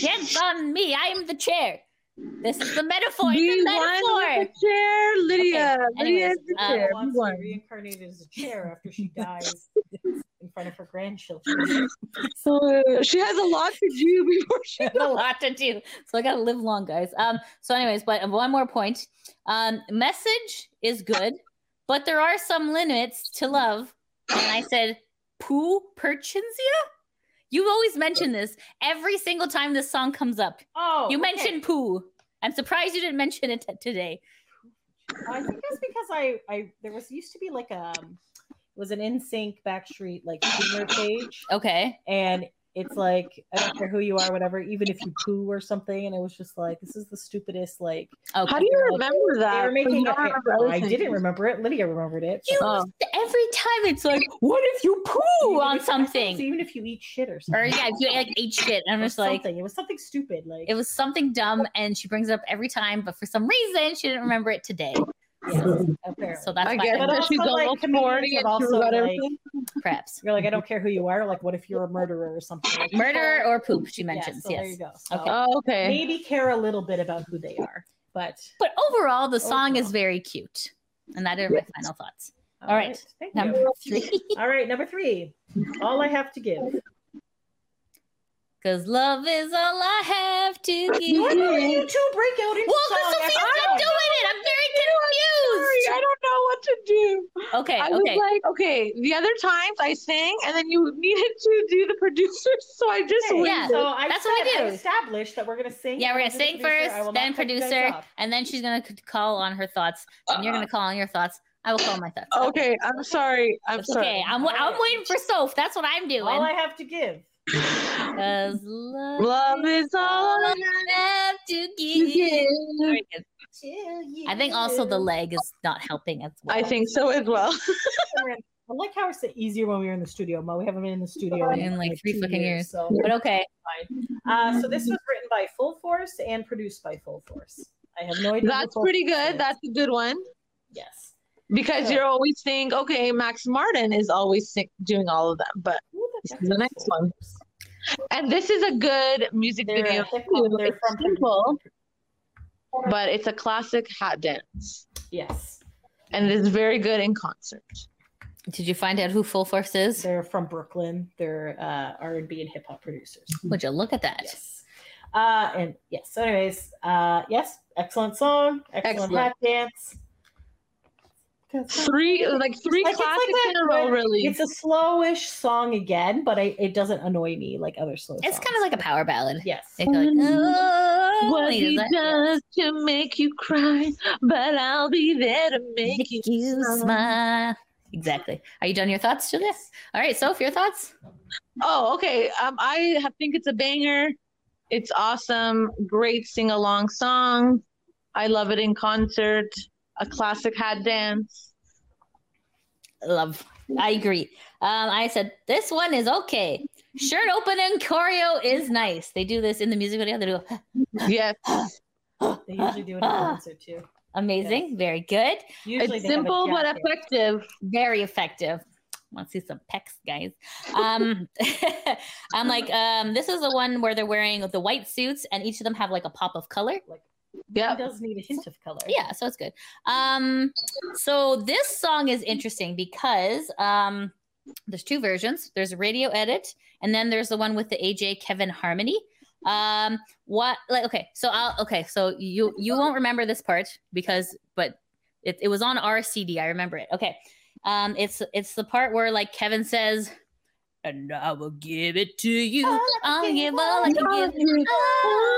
S10: Dance on me. I am the chair. This is the metaphor.
S11: We
S10: It's a
S11: won
S10: metaphor.
S11: with the chair, Lydia. Lydia
S10: anyways,
S11: is the
S10: uh,
S11: chair. We
S8: wants to
S11: won.
S8: be reincarnated as a chair after <laughs> she dies in front of her grandchildren.
S11: So, uh, she has a lot to do <laughs> before she.
S10: <laughs> a lot to do. So I gotta live long, guys. Um, so anyways, but one more point. Um, message is good, but there are some limits to love. And I said, Pooh Perchinsia? You always mention this every single time this song comes up.
S8: Oh,
S10: You
S8: okay.
S10: mentioned poo. I'm surprised you didn't mention it t- today.
S8: I think that's because I, I there was used to be like a um, it was an in sync backstreet like singer page,
S10: Okay.
S8: and it's like I don't care who you are, whatever, even if you poo or something, and it was just like this is the stupidest like
S10: Okay.
S11: How do you remember that?
S8: they were
S11: 'Cause
S8: making.
S11: I
S8: up-
S11: don't remember other
S8: I didn't
S11: things.
S8: remember it. Lydia remembered it.
S10: You-
S8: but-
S11: Oh.
S10: Every time it's like, what if you poo
S8: Even
S10: on
S8: if- I thought it was
S10: something?
S8: even if you eat shit or
S10: <laughs>
S8: something,
S10: Or yeah, if you like ate shit. And I'm
S8: or
S10: just like,
S8: something. it was something stupid. Like
S10: it was something dumb, and she brings it up every time, but for some reason she didn't remember it today.
S8: yeah, apparently.
S10: So that's <laughs>
S11: I
S10: why
S11: guess
S10: I
S8: But
S11: that
S8: also,
S11: she's
S8: like,
S11: almost
S8: comedians
S11: 40
S8: have
S11: and she
S8: also,
S11: forgot
S8: like-
S11: everything.
S8: <laughs>
S10: preps.
S8: You're like, I don't care who you are. Like, what if you're a murderer or something? Like,
S10: Murder or poop, she
S8: Yeah,
S10: mentions.
S8: so There
S10: Yes.
S8: you go. So
S10: Okay.
S11: Oh, okay.
S8: maybe care a little bit about who they are, but
S10: But overall, the song is
S8: Overall.
S10: very cute. And that are my final thoughts. All right.
S8: Thank you.
S10: Number three. <laughs>
S8: All right, number three. All I have to give.
S10: Because love is all I have to give.
S8: Why do you two break out into
S10: Well, because
S8: song
S10: Sophia's
S8: after
S10: not
S8: song?
S10: doing it. I'm
S11: Sorry,
S10: very
S11: I don't know what to do. I
S10: confused.
S11: was
S10: Okay, okay.
S11: like, okay, the other times I sang and then you needed to do the producers, <laughs> so I just
S8: Okay,
S10: Yeah.
S8: so I
S10: that's
S8: said,
S10: what we
S8: I
S10: do.
S8: established that we're gonna sing.
S10: Yeah, we're
S8: I'll
S10: gonna
S8: do the
S10: sing
S8: producer. I
S10: first,
S8: will not
S10: then
S8: cut you guys
S10: producer,
S8: off.
S10: and then she's gonna c- call on her thoughts, and you're gonna call on your thoughts. I will call my thoughts.
S11: Okay, I'm sorry. I'm
S10: It's
S11: sorry.
S10: okay. I'm, wa- I'm waiting for Soph. That's what I'm
S8: All I
S10: doing.
S8: have to give.
S10: 'Cause love,
S11: Love is all
S10: all
S11: I
S10: I have to
S11: can
S10: give.
S11: give.
S10: Very good. I think also the leg is not helping as well.
S11: I think so as well.
S8: I like how it's easier when we were in the studio. Mo, we haven't been in the studio
S10: In, like, three
S8: two
S10: fucking years.
S8: So,
S10: But okay.
S8: uh, so
S11: Mm-hmm.
S8: this was written by Full Force and produced by Full Force. I have no idea. who
S11: That's
S8: Full
S11: pretty
S8: Force
S11: good.
S8: is.
S11: That's a good one
S8: yes.
S11: because you're always think, okay, Max Martin is always sing- doing all of them, but
S8: Who the
S11: this
S8: heck
S11: is the
S8: is
S11: next
S8: Full
S11: one.
S8: Force?
S11: And this is a good music
S8: They're,
S11: video,
S8: uh, they're
S11: too.
S8: from- they're
S11: It's
S8: from-
S11: simple, but it's a classic hat dance,
S8: Yes,
S11: and it's very good in concert.
S10: Did you find out who Full Force is?
S8: they're from Brooklyn. They're uh, R and B and hip hop producers.
S10: Would you look at that?
S8: Yes. Uh, and yes. So, anyways, uh, yes, excellent song, excellent,
S11: Excellent.
S8: hat dance.
S11: Three, like three
S8: Like, it's like
S11: classics
S8: that-
S11: in a row, really.
S8: It's a slowish song again, but I, it doesn't annoy me like other slow.
S10: It's kind of like a power ballad.
S8: yes.
S11: <laughs>
S10: They go like, oh,
S11: What
S10: when he
S11: he
S10: does that.
S11: does to make you cry, but I'll be there to make you.
S10: you smile. Exactly. Are you done your thoughts, Julia? All right, Soph, your thoughts?
S11: Oh, okay. Um, I ha- think it's a banger. It's awesome. Great sing along song. I love it in concert. A classic hat dance.
S10: Love. I agree. Um, I said this one is okay. Shirt open and choreo is nice. They do this in the music video. They do
S11: Yes,
S8: They usually do it in concert too.
S10: amazing, very good,
S8: Usually
S11: it's
S8: they have a
S11: simple but
S8: jazz band.
S11: effective.
S10: very effective. Want to see some pecs, guys? Um, <laughs> I'm like, um, this is the one where they're wearing the white suits, and each of them have like a pop of color.
S8: It
S11: Yep.
S8: does need a hint of color.
S10: yeah so it's good um so this song is interesting because um there's two versions there's a radio edit and then there's the one with the aj kevin harmony um what like okay so i'll okay so you you won't remember this part because but it, it was on our cd i remember it okay um it's it's the part where like kevin says and i will give it to you i'll give all i can give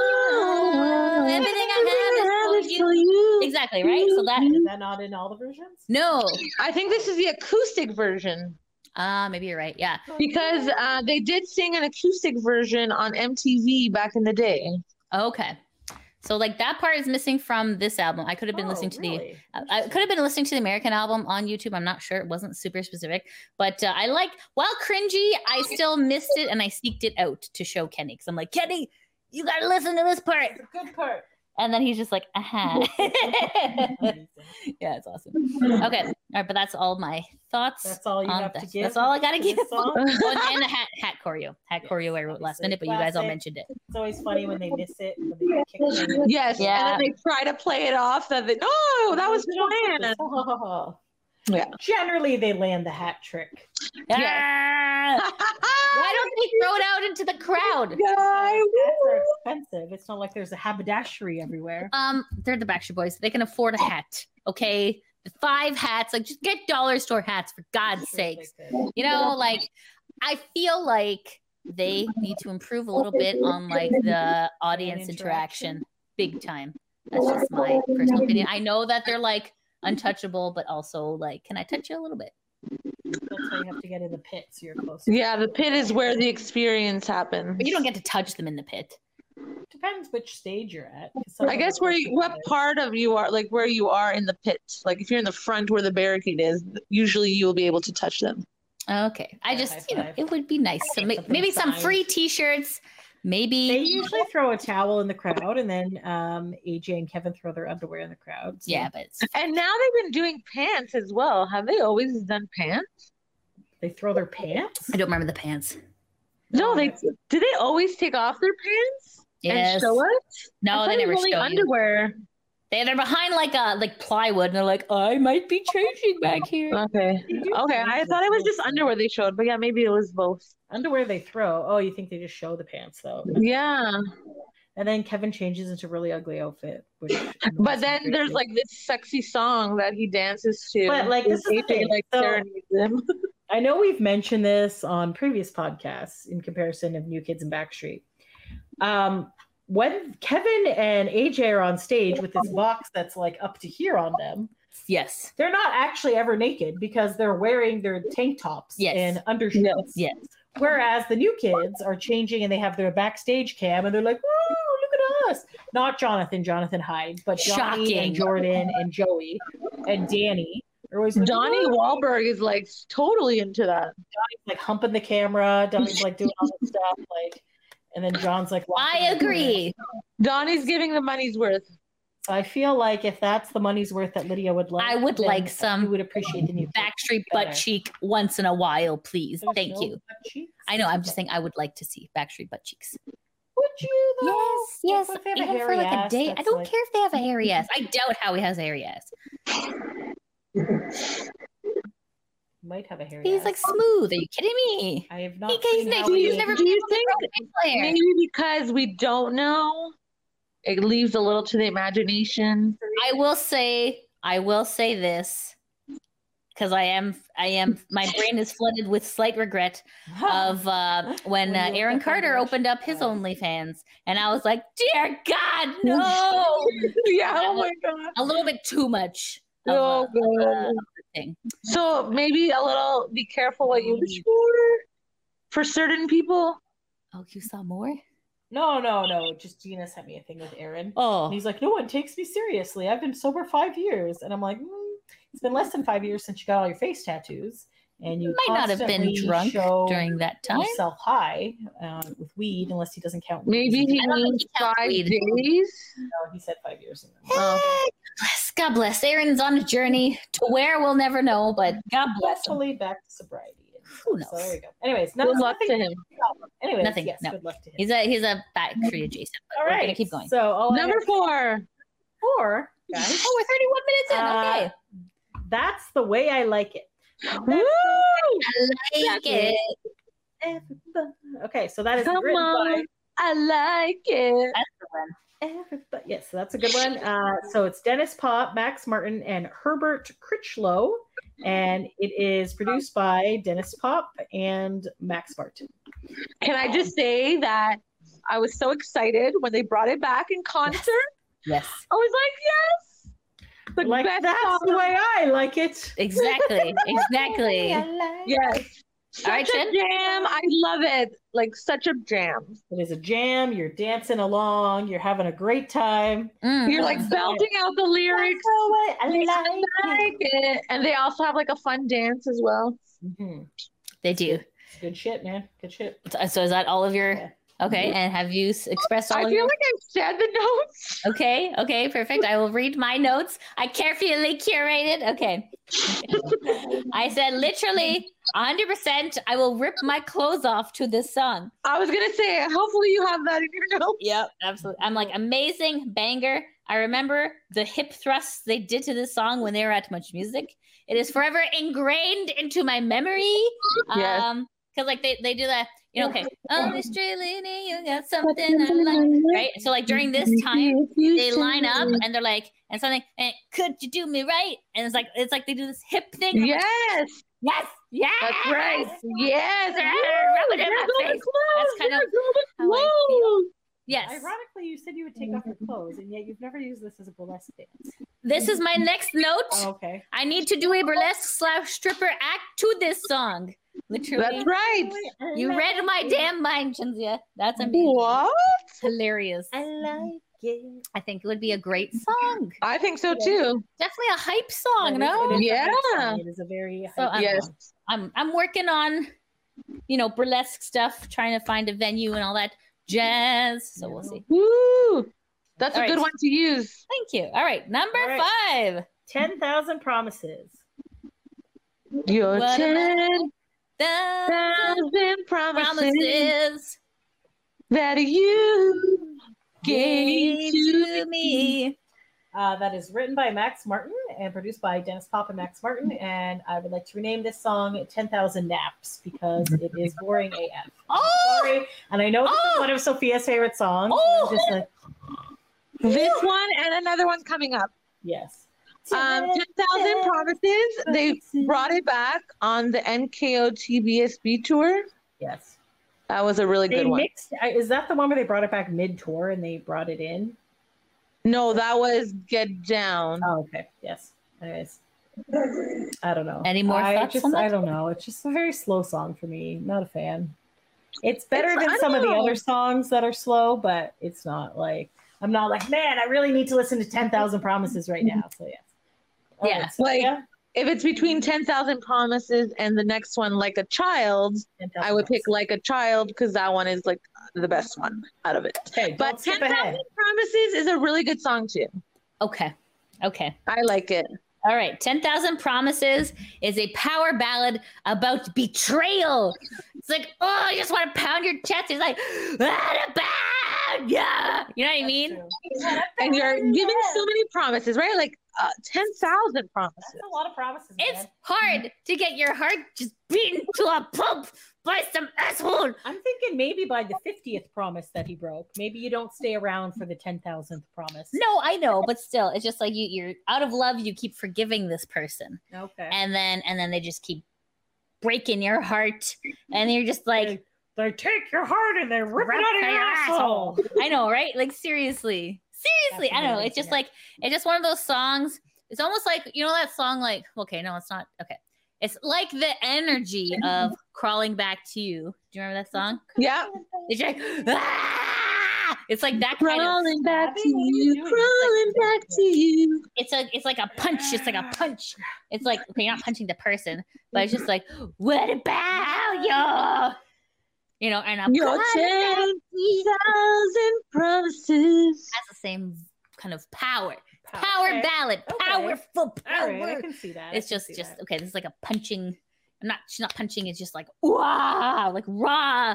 S10: Oh, everything I have is for you. Exactly, right? So
S11: <laughs>
S10: that
S8: Is that not in all the versions?
S10: no.
S11: I think this is the acoustic version
S10: Uh maybe you're right. Yeah.
S11: because uh, they did sing an acoustic version on MTV back in the day.
S10: Okay. So like that part is missing from this album. I could have
S8: Oh,
S10: been listening to the I- I could have been listening to the American album on YouTube. I'm not sure. It wasn't super specific, but uh, I like while cringy, I still missed it and I sneaked it out to show Kenny because I'm like Kenny, you gotta listen to this part,
S8: It's a good part.
S10: <laughs> and then he's just like, uh-huh. <laughs>
S8: Amazing.
S10: yeah, it's awesome. Okay, all right, but that's all my thoughts.
S8: <laughs> That's all you
S10: on
S8: have
S10: that.
S8: to give.
S10: Um, That's all I gotta
S8: to
S10: give.
S8: this
S10: Oh, <laughs>
S8: song?
S10: and and the hat, hat choreo, hat
S8: Yes,
S10: choreo I wrote last
S8: obviously.
S10: minute, but you guys all
S8: Classic.
S10: mentioned it.
S8: It's always funny when they miss it. When they get kicked in.
S11: Yes,
S10: Yeah.
S11: and then they try to play it off that they, no, that was planned.
S8: <laughs> planned.
S11: Yeah.
S8: Generally, they land the hat trick.
S10: Ah! Why don't they throw it out into the <laughs> crowd?
S11: Guy,
S8: Hats are expensive. It's not like there's a haberdashery everywhere.
S10: Um, they're the Backstreet Boys. They can afford a hat. Okay, five hats. Like, just get dollar store hats for God's sakes. You know, like, I feel like they need to improve a little bit on like the audience interaction, big time. That's just my personal opinion. I know that they're like untouchable, but also like, can I touch you a little bit?
S8: That's why you have to get in the pit so you're closer.
S11: Yeah, the pit is where the experience happens.
S10: But you don't get to touch them in the pit.
S8: Depends which stage you're at. 'cause some
S11: I
S8: of
S11: guess
S8: them are
S11: where you, what
S8: closer to
S11: part of you are like where you are in the pit. Like if you're in the front where the barricade is, usually you will be able to touch them.
S10: Okay, I
S8: Yeah,
S10: just
S8: high
S10: you know
S8: five.
S10: it would be nice. So ma-
S8: Something
S10: maybe some
S8: signed.
S10: free T-shirts.
S8: theirs. They
S10: Maybe
S8: usually throw a towel in the crowd, and then um, AJ and Kevin throw their underwear in the crowd. so-
S10: yeah, but it's-
S11: And now they've been doing pants as well. Have they always done pants?
S8: They throw their pants.
S10: I don't remember the pants.
S11: No, they do. They always take off their pants
S10: Yes.
S11: and show us. I
S10: No,
S11: thought
S10: they
S11: it
S10: never
S11: was only
S10: show you.
S11: underwear.
S10: They, they're behind like a like plywood, and they're like, I might be changing back
S8: <laughs>
S10: here.
S11: Okay, <laughs> okay. I thought it was just underwear they showed, but yeah, maybe it was both.
S8: Underwear they throw. Oh, you think they just show the pants though?
S11: Yeah,
S8: And then Kevin changes into a really ugly outfit.
S11: <laughs>
S8: Which
S11: but then there's like this sexy song that he dances to.
S8: But, like, this is the
S11: Aping,
S8: thing.
S11: like
S8: So-
S11: serenades him.
S8: I know we've mentioned this on previous podcasts in comparison of New Kids and Backstreet. Um, when Kevin and AJ are on stage with this box that's like up to here on them,
S10: Yes.
S8: they're not actually ever naked because they're wearing their tank tops
S10: Yes.
S8: and undershirts.
S10: Yes.
S8: Whereas the new kids are changing and they have their backstage cam and they're like, "Woo, look at us!" Not Jonathan, Jonathan Hyde, but Johnny
S10: Shocking.
S8: and Jordan and Joey and Danny. They're always like,
S11: Donnie
S8: <laughs> "Woo."
S11: Wahlberg is like totally into that.
S8: like humping the camera. Donnie's like doing all this stuff, like, and then John's like,
S10: I
S8: walking over.
S10: agree.
S11: Donnie's giving the money's worth.
S8: So I feel like if that's the money's worth that Lydia would like,
S10: I would
S8: then
S10: like some
S8: You would appreciate the new
S10: Backstreet butt
S8: Better.
S10: cheek once in a while, please.
S8: There's
S10: Thank
S8: no
S10: you.
S8: butt cheeks.
S10: I know. I'm just saying I would like to see Backstreet butt cheeks.
S8: Would you though?
S10: Yes, yes.
S8: Like, what if they have a
S10: Even for
S8: hairy
S10: like a
S8: ass
S10: date, I
S8: that's,
S10: don't
S8: like-
S10: care if they have a
S8: <laughs>
S10: hairy ass. I doubt Howie has a hairy ass.
S8: Might have a hairy.
S10: He's like
S8: ass.
S10: smooth. Are you kidding me?
S8: I have not.
S10: He
S8: seen
S10: he's,
S8: how
S10: never-
S8: he
S10: he's
S8: is.
S10: never
S8: <laughs>
S11: do
S10: been
S11: you
S10: able to
S11: think
S10: grow an eggplant.
S11: Maybe because we don't know, it leaves a little to
S8: <laughs>
S11: the imagination.
S10: I will say, I will say this because I am, I am, my brain is flooded with slight <laughs> regret of uh, when
S8: When
S10: uh,
S8: you look
S10: Aaron
S8: up
S10: Carter
S8: under-
S10: opened up his
S8: Yeah.
S10: OnlyFans, and I was like, dear God, <laughs> no,
S11: yeah. Oh my god.
S10: a little bit too much. Of, uh, a-
S11: Oh
S10: of a
S11: god.
S10: thing.
S11: So maybe a little. Be careful what you wish for. For certain people,
S10: Oh, you saw more?
S8: No, no, no. Just Gina sent me a thing with Aaron.
S10: Oh,
S8: And he's like, no one takes me seriously. I've been sober five years, and I'm like, mm, it's been less than five years since you got all your face tattoos, and you
S10: might not have been
S8: constantly
S10: drunk
S8: show
S10: during that time.
S8: yourself high uh, with weed, unless he doesn't count. weed.
S11: maybe he
S10: I don't think
S11: needs
S10: he counts
S11: five
S10: weed. Oh.
S11: days.
S8: No, he said five years. And then-
S10: God bless. God bless. Aaron's on a journey to where we'll never know, but God bless him.
S8: Hopefully, back to sobriety.
S10: Who
S8: So there
S10: knows?
S8: you go. Anyways, no,
S11: Good
S8: nothing.
S11: luck to him.
S8: Anyways,
S10: Nothing,
S8: Yes,
S10: no.
S8: good luck to him.
S10: He's a he's a backstreet adjacent. but
S8: all
S10: we're gonna
S8: right.
S10: keep going.
S8: So all I
S11: Number
S8: have-
S11: four.
S8: four, guys.
S10: oh, we're 31 minutes in.
S8: Uh, That's the way I like it.
S11: Woo!
S10: okay, Take
S11: exactly.
S10: it.
S8: Everybody. Okay, so that is
S11: Come
S8: written by
S11: on. I like it.
S8: Everybody. Yes, so that's a good one. Uh, so it's Dennis Pop, Max Martin, and Herbert Critchlow. And it is produced by Dennis Pop and Max Martin.
S11: Can I just say that I was so excited when they brought it back in concert?
S10: Yes,
S11: I was like, yes, the
S8: Like,
S11: best
S8: that's
S11: song.
S8: the way I like it.
S10: exactly, exactly.
S11: Yes,
S10: All right,
S11: such a
S10: Jen?
S11: jam. I love it. Like such a jam.
S8: It is a jam. You're dancing along. You're having a great time.
S10: Mm.
S11: You're like belting out the lyrics.
S8: That's the way I
S11: I
S8: like it.
S11: like it. And they also have like a fun dance as well.
S8: Mhm.
S10: they do.
S8: Good shit, man. Good shit.
S10: So- So is that all of your?
S8: Yeah.
S10: Okay, and have you s- expressed all
S11: I
S10: of
S11: feel
S10: your?
S11: like I've said the notes.
S10: Okay, okay, perfect. I will read my notes. I carefully curated. Okay. I said literally 100%. I will rip my clothes off to this song.
S11: I was gonna say, hopefully you have that in your <laughs> notes.
S10: Yep, absolutely. I'm like amazing banger. I remember the hip thrusts they did to this song when they were at Much Music. It is forever ingrained into my memory.
S11: Yes.
S10: Um, because like they, they do that, you know, okay, on the street, lady, you got something I like, right? So like during this time, they line up and they're like and something and could you do me right and it's like it's like they do this hip thing I'm like,
S11: Yes,
S10: yes yes
S11: that's right. Yes,
S10: Rub
S11: woo,
S10: it in my
S11: you're going
S10: face.
S11: close,
S10: That's kind
S11: you're
S10: of
S11: going
S10: how I feel.
S11: close.
S10: yes
S8: Ironically, you said you would take off your clothes, and yet you've never used this as a burlesque <laughs> dance.
S10: this is my next note
S8: Oh, okay.
S10: I need to do a burlesque slash stripper act to this song literally
S11: That's right.
S10: you read my damn mind Chinzia that's amazing
S11: What?
S10: hilarious
S8: I like it.
S10: I think it would be a great song
S11: I think so too.
S10: definitely a hype song
S8: It
S10: no
S8: is a
S11: Yeah.
S8: hype song. It is a very
S10: So,
S8: hype
S10: um,
S11: Yes.
S10: I'm I'm working on, you know, burlesque stuff, trying to find a venue and all that jazz. So we'll see.
S11: Woo! That's
S10: All
S11: a
S10: right.
S11: good one to use.
S10: Thank you. All right, number
S8: All right.
S10: five.
S8: Ten thousand promises.
S11: Your
S10: What about-
S11: ten
S10: Thousand
S11: Thousand promises
S10: promises
S11: that you
S10: gave
S11: gave
S10: to
S11: to
S10: me.
S8: Uh, that is written by Max Martin and produced by Dennis Pop and Max Martin. And I would like to rename this song 10,000 Naps because it is boring AF.
S10: <laughs> Oh,
S8: Sorry. And I know this
S10: Oh!
S8: is one of Sophia's favorite songs. so
S10: Oh!
S8: I'm just like,
S11: this one and another one's coming up.
S8: yes.
S11: Um, 10,000 Promises. They brought it back on the MKO TBSB tour.
S8: Yes.
S11: That was a really
S8: They
S11: good one.
S8: mixed, I- is that the one where they brought it back mid tour and they brought it in?
S11: No, that was Get Down.
S8: Oh, okay. Yes. Anyways. I don't know.
S10: Any more
S8: I
S10: thoughts
S8: just
S10: on that?
S8: I don't know. It's just a very slow song for me. Not a fan. It's better
S11: It's- I
S8: than some of the
S11: know.
S8: other songs that are slow, but it's not like I'm not like, man, I really need to listen to 10,000 Promises right now. So yes. All
S10: Yeah.
S8: right, so,
S11: Like,
S8: yeah,
S11: If it's between 10,000 Promises and the next one, Like a Child,
S8: 10,000
S11: I would pick
S8: Promises.
S11: Like a Child because that one is like the best one out of it.
S8: Okay,
S11: But
S8: don't skip ahead.
S11: 10,000 Promises is a really good song too.
S10: Okay. Okay.
S11: I like it.
S10: All right. 10,000 Promises is a power ballad about betrayal. It's like, oh, I just want to pound your chest. It's like, what about yeah. You know what I mean?
S11: And you're giving so many promises, right? Like uh, 10,000 promises.
S8: That's a lot of promises. man.
S10: It's hard to get your heart just beaten to a pulp by some asshole.
S8: I'm thinking maybe by the 50th promise that he broke, maybe you don't stay around for the 10,000th promise.
S10: No, I know, but still, it's just like you, you're out of love. You keep forgiving this person,
S8: Okay.
S10: and then and then they just keep breaking your heart, and you're just like,
S8: They take your heart and they rip
S10: Rip
S8: it out of
S10: your
S8: your asshole.
S10: I know, right? Like seriously, seriously, I don't know.
S8: amazing,
S10: It's just
S8: yeah.
S10: like it's just one of those songs. It's almost like you know that song, like okay, no, it's not okay. It's like the energy
S11: <laughs>
S10: of crawling back to you. Do you remember that song?
S11: Yeah.
S10: It's like "Ah!" it's like that kind of.
S11: Crawling back to
S8: Abby, what are you
S11: you,
S8: doing?
S11: crawling back to you.
S10: it's a it's like a punch. It's like a punch. It's like okay, you're not punching the person, but it's
S11: <laughs>
S10: just like what about you? You know, and a
S11: Your
S10: punch. That's
S11: 10,000 promises.
S10: the same kind of power, power,
S8: Okay.
S10: ballad,
S8: Okay.
S10: powerful
S8: All
S10: power.
S8: right, I can see that. I
S10: It's
S8: can
S10: just
S8: see
S10: just
S8: that.
S10: okay. This is like a punching. I'm not. She's not punching. It's just like wow, like raw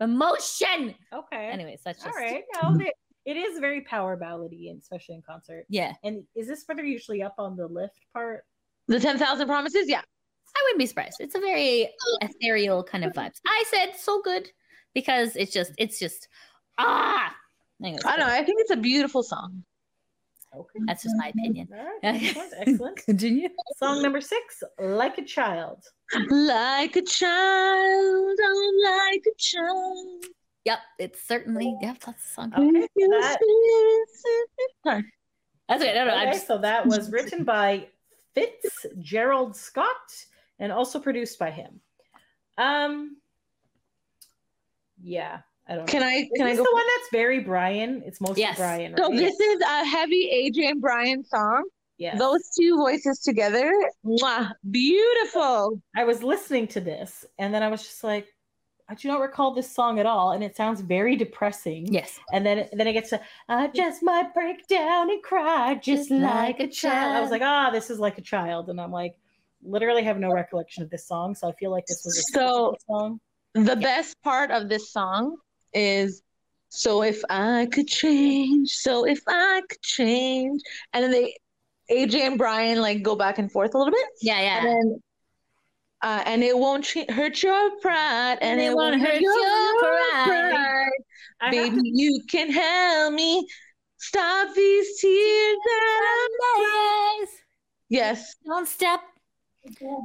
S10: emotion.
S8: okay.
S10: Anyways, that's
S8: All
S10: just
S8: right. No, they, it is very power ballady, and especially in concert.
S10: yeah.
S8: And is this where they're usually up on the lift part?
S11: The 10,000 promises? Yeah.
S10: I wouldn't be surprised. It's a very ethereal kind of vibes. I said so good because it's just it's just ah. Anyways,
S11: I don't know. I think it's a beautiful song.
S8: Okay.
S10: That's just my opinion.
S8: All
S10: <laughs>
S8: right. Excellent. excellent.
S10: Continue.
S8: Song number six, Like a Child.
S11: Like a child, I'm like a child.
S10: Yep, it's certainly yep. That's the song.
S8: Okay,
S11: With your
S8: that-
S11: spirit-
S10: That's okay. No, no.
S8: okay,
S10: I'm just
S8: so that was
S10: <laughs>
S8: written by Fitzgerald Scott and also produced by him. Um, yeah, I don't.
S11: Can
S8: know.
S11: I?
S8: Is
S11: Can I
S8: this
S11: go?
S8: the one that's very Brian? It's mostly
S10: Yes.
S8: Brian.
S11: So
S8: right?
S11: this is a heavy Adrian Bryan song.
S8: Yes.
S11: Those two voices together, mwah, beautiful.
S8: I was listening to this, and then I was just like, I do not recall this song at all, and it sounds very depressing.
S10: yes.
S8: And then then it gets to I just might break down and cry just like a child. I was like, ah, this is like a child, and I'm like, literally have no recollection of this song, so I feel like this was a
S11: So-
S8: specific song.
S11: The best part of this song is so if I could change, so if I could change, and then they Adrian Bryan like go back and forth a little bit,
S10: Yeah, yeah.
S11: and then. Uh, and it won't ch- hurt your pride, and, it won't hurt your,
S10: pride.
S11: pride.
S8: I have
S11: <laughs> baby, you can help me stop these tears that I'm.
S10: Yes.
S11: Yes,
S10: Don't step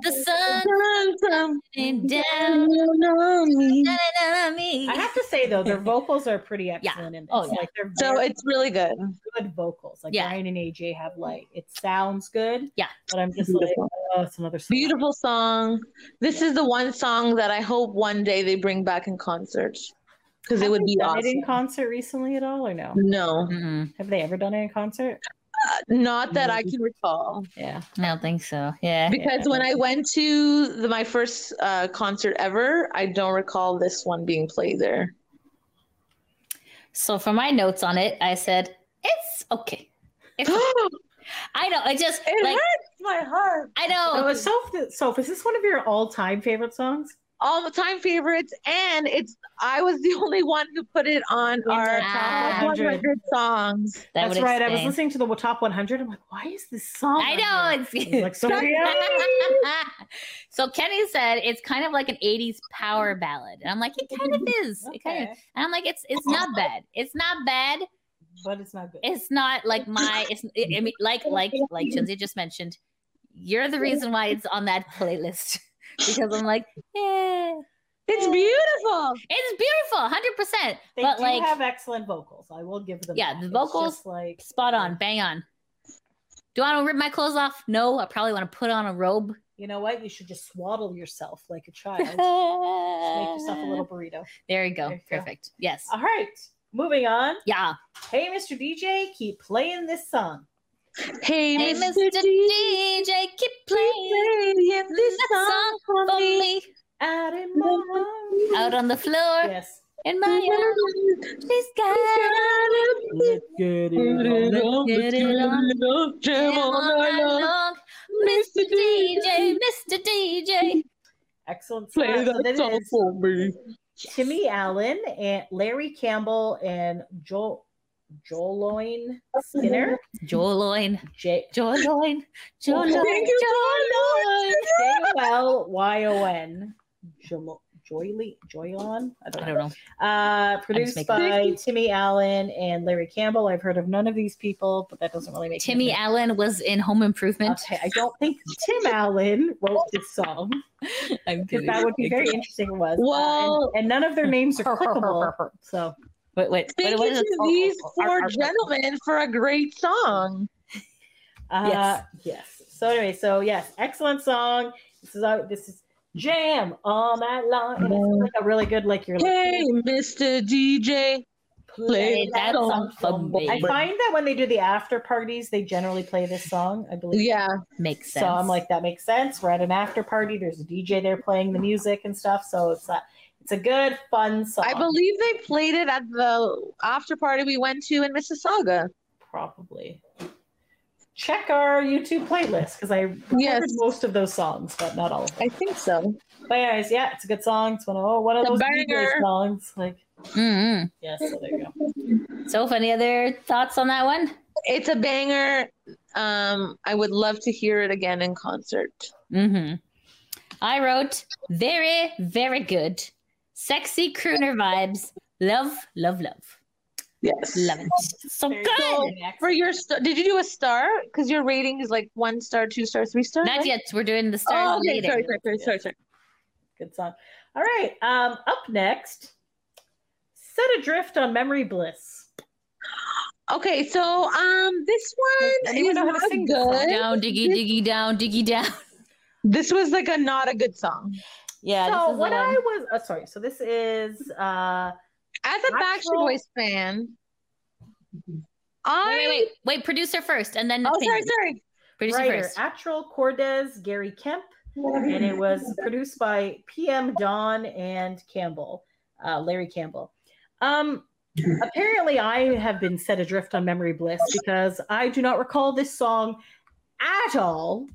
S10: the sun
S11: <laughs> I'm from
S10: and down
S11: on me.
S10: on me.
S8: to, I have to say though, their vocals are pretty excellent in this.
S10: Oh, yeah.
S8: Like they're
S11: So
S8: very
S11: it's really good.
S8: good vocals. Like
S10: Yeah.
S8: Ryan and AJ have like it sounds good.
S10: Yeah.
S8: But I'm just
S11: Beautiful.
S8: like, oh, it's another song.
S11: Beautiful song. This is the one song that I hope one day they bring back in concert because it
S8: Have
S11: would
S8: they
S11: be
S8: done it
S11: awesome.
S8: in concert recently at all or no?
S11: no,
S10: Mm-mm,
S8: Have they ever done it in concert?
S11: not that I can recall.
S8: Yeah.
S10: I don't think so. Yeah.
S11: Because when I went to the, my first uh, concert ever, I don't recall this one being played <gasps> there.
S10: So for my notes on it, I said it's okay.
S8: <gasps>
S10: It's,
S11: it
S10: I know. It just like
S11: hurts my heart.
S10: I
S8: Oh,
S10: know.
S8: Soph, Soph, is this one of your all-time favorite songs?
S11: all the time favorites, and it's I was the <laughs> only one who put it on our
S10: top
S11: top
S8: 100.
S11: 100 songs.
S10: That
S8: That's
S10: would
S8: right. I was
S10: explain.
S8: listening to the top 100. I'm like, why is this song?
S10: I
S8: on
S10: know
S8: here?
S10: it's
S8: I was like somebody else.
S10: <laughs> so Kenny said it's kind of like an 80s power ballad. And I'm like, it
S8: <laughs>
S10: kind of is. It kind of
S8: Okay. Oh.
S10: and I'm like, it's it's not bad. It's not bad.
S8: But it's not good.
S10: It's not like my it's I mean like like like Jonesy just mentioned, you're the reason why it's on that <laughs> playlist. because I'm like, yeah.
S11: It's beautiful.
S10: It's beautiful, hundred percent.
S8: they
S10: But
S8: do
S10: like
S8: have excellent vocals. I will give them.
S10: Yeah,
S8: that.
S10: the
S8: It's
S10: vocals,
S8: just like
S10: spot on, bang on. Do I want to rip my clothes off? No, I probably want to put on a robe.
S8: You know what? You should just swaddle yourself like
S10: <laughs>
S8: a child. Just Make yourself a little burrito.
S10: There you go.
S8: There you go. Uh,
S10: Perfect. Yes.
S8: All right, moving on.
S10: Yeah.
S8: Hey, Mr. DJ, keep playing this song.
S11: Hey,
S10: Hey,
S11: Mr.
S10: Mr.
S11: D,
S10: DJ, keep playing
S11: playing this
S10: that
S11: song
S10: song
S11: for
S10: for
S11: me.
S10: me.
S8: Out in my arms.
S10: Out on the floor
S8: Yes.
S10: in my arms. She's got
S5: Let's get it. on.
S10: get it on. him all night long. Mr. DJ, Mr. DJ.
S8: Excellent.
S9: Play
S8: spot. So
S9: that
S8: that
S9: song
S8: is
S9: for me.
S8: Timmy Allen and Larry Campbell and Joel Joeloin Skinner.
S10: Joloin,
S8: J
S10: Joloin,
S11: Thank
S10: Joloin,
S11: you,
S10: Joloin.
S8: J O L Y O N. Joyly Joylon. I don't
S10: I
S8: know.
S10: don't know.
S8: Uh, produced
S10: making-
S8: by Timmy Allen and Larry Campbell. I've heard of none of these people, but that doesn't really make
S10: Timmy
S8: Allen.
S10: Allen was in Home Improvement.
S8: Okay, I don't think Tim Allen wrote this song
S10: <laughs> I'm
S8: because
S10: kidding.
S8: that would be very interesting. if It was
S11: Well-
S8: uh, and, and none of their names are clickable, so
S10: <laughs> Wait, wait.
S11: Thank
S10: what
S11: you
S10: is it?
S11: to
S10: Oh,
S11: these
S10: oh, oh,
S11: four
S10: arf, arf, arf.
S11: gentlemen for a great song.
S8: Uh, yes. So anyway, so yes, excellent song. This is uh, this is jam all night long. And it's like a really good like you're like,
S11: Hey, Mr. DJ, play
S10: Hey,
S11: that
S10: that
S11: song
S10: song
S11: for
S10: for
S11: me.
S8: I find that when they do the after parties, they generally play this song. I believe.
S11: Yeah,
S10: Makes sense.
S8: So I'm like, that makes sense. We're at an after party. There's a DJ there playing the music and stuff. So it's a, it's a good fun song.
S11: I believe they played it at the after party we went to in Mississauga.
S8: probably. Check our YouTube playlist because I recorded
S11: Yes.
S8: most of those songs, but not all of them.
S11: I think so.
S8: But anyways, yeah, it's a good song. It's one of oh, one of
S11: It's a
S8: those
S11: banger.
S8: DJ songs. Like
S10: Mm-mm.
S8: yeah, so there you go.
S10: Mm-hmm. So, if any other thoughts on that one?
S11: It's a banger. Um, I would love to hear it again in concert.
S10: Mm-hmm. I wrote very, very good, sexy crooner vibes. Love, love, love,
S11: Yes.
S10: love it. So
S8: There you
S10: good.
S8: go.
S11: For your star, did you do a star? Because your rating is like one star, two star, three star.
S10: Not
S11: <laughs> right?
S10: yet. We're doing the stars
S11: Oh, okay.
S10: later.
S11: Sorry, sorry, sorry, sorry, sorry.
S8: good song. All right. Um, up next, set adrift on memory bliss.
S11: Okay, so um, this one
S8: anyone
S11: is
S8: know how to
S11: not
S8: sing this song?
S11: good.
S10: Down, diggy, diggy, down, diggy, down.
S11: This was like a not a good song.
S10: Yeah.
S8: so
S10: this is
S8: what
S10: the
S8: I
S10: one.
S8: was oh, sorry. So this is uh
S11: As a Backstreet
S8: Actual-
S11: Boys fan, I
S10: Wait, wait, wait, wait. Producer first, and then
S11: oh
S10: Pam.
S11: sorry, sorry.
S10: producer
S8: writer
S10: first.
S8: Atral Cordes, Gary Kemp, and it was produced by PM Don and Campbell, uh, Larry Campbell. Um, apparently, I have been set adrift on memory bliss because I do not recall this song at all.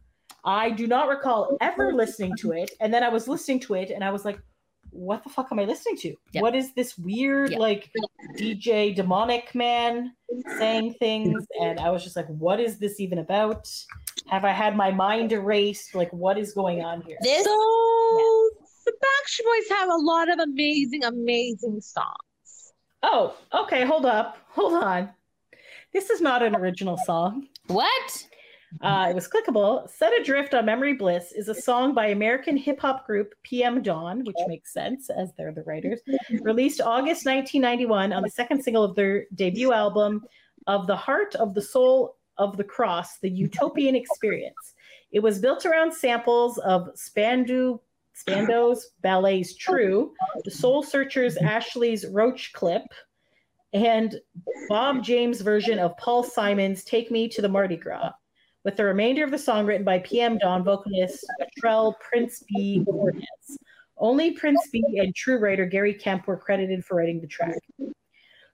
S8: I do not recall ever listening to it, and then I was listening to it, and I was like. What the fuck am I listening to?
S10: Yeah.
S8: What is this weird,
S10: Yeah.
S8: like DJ demonic man saying things? And I was just like, what is this even about? Have I had my mind erased? Like, what is going on here?
S10: This
S11: So the Backstreet Boys have a lot of amazing, amazing songs.
S8: Oh, okay. Hold up. Hold on. This is not an original song.
S10: what?
S8: Uh, it was clickable. Set Adrift on Memory Bliss is a song by American hip hop group PM Dawn, which makes sense as they're the writers, released August 1991 on the second single of their debut album, Of the Heart of the Soul of the Cross, The Utopian Experience. It was built around samples of Spandu, Spando's ballet's True, The Soul Searchers' Ashley's Roach Clip, and Bob James' version of Paul Simon's Take Me to the Mardi Gras with the remainder of the song written by PM Dawn vocalist Trell Prince B. Cortez. Only Prince B and true writer Gary Kemp were credited for writing the track.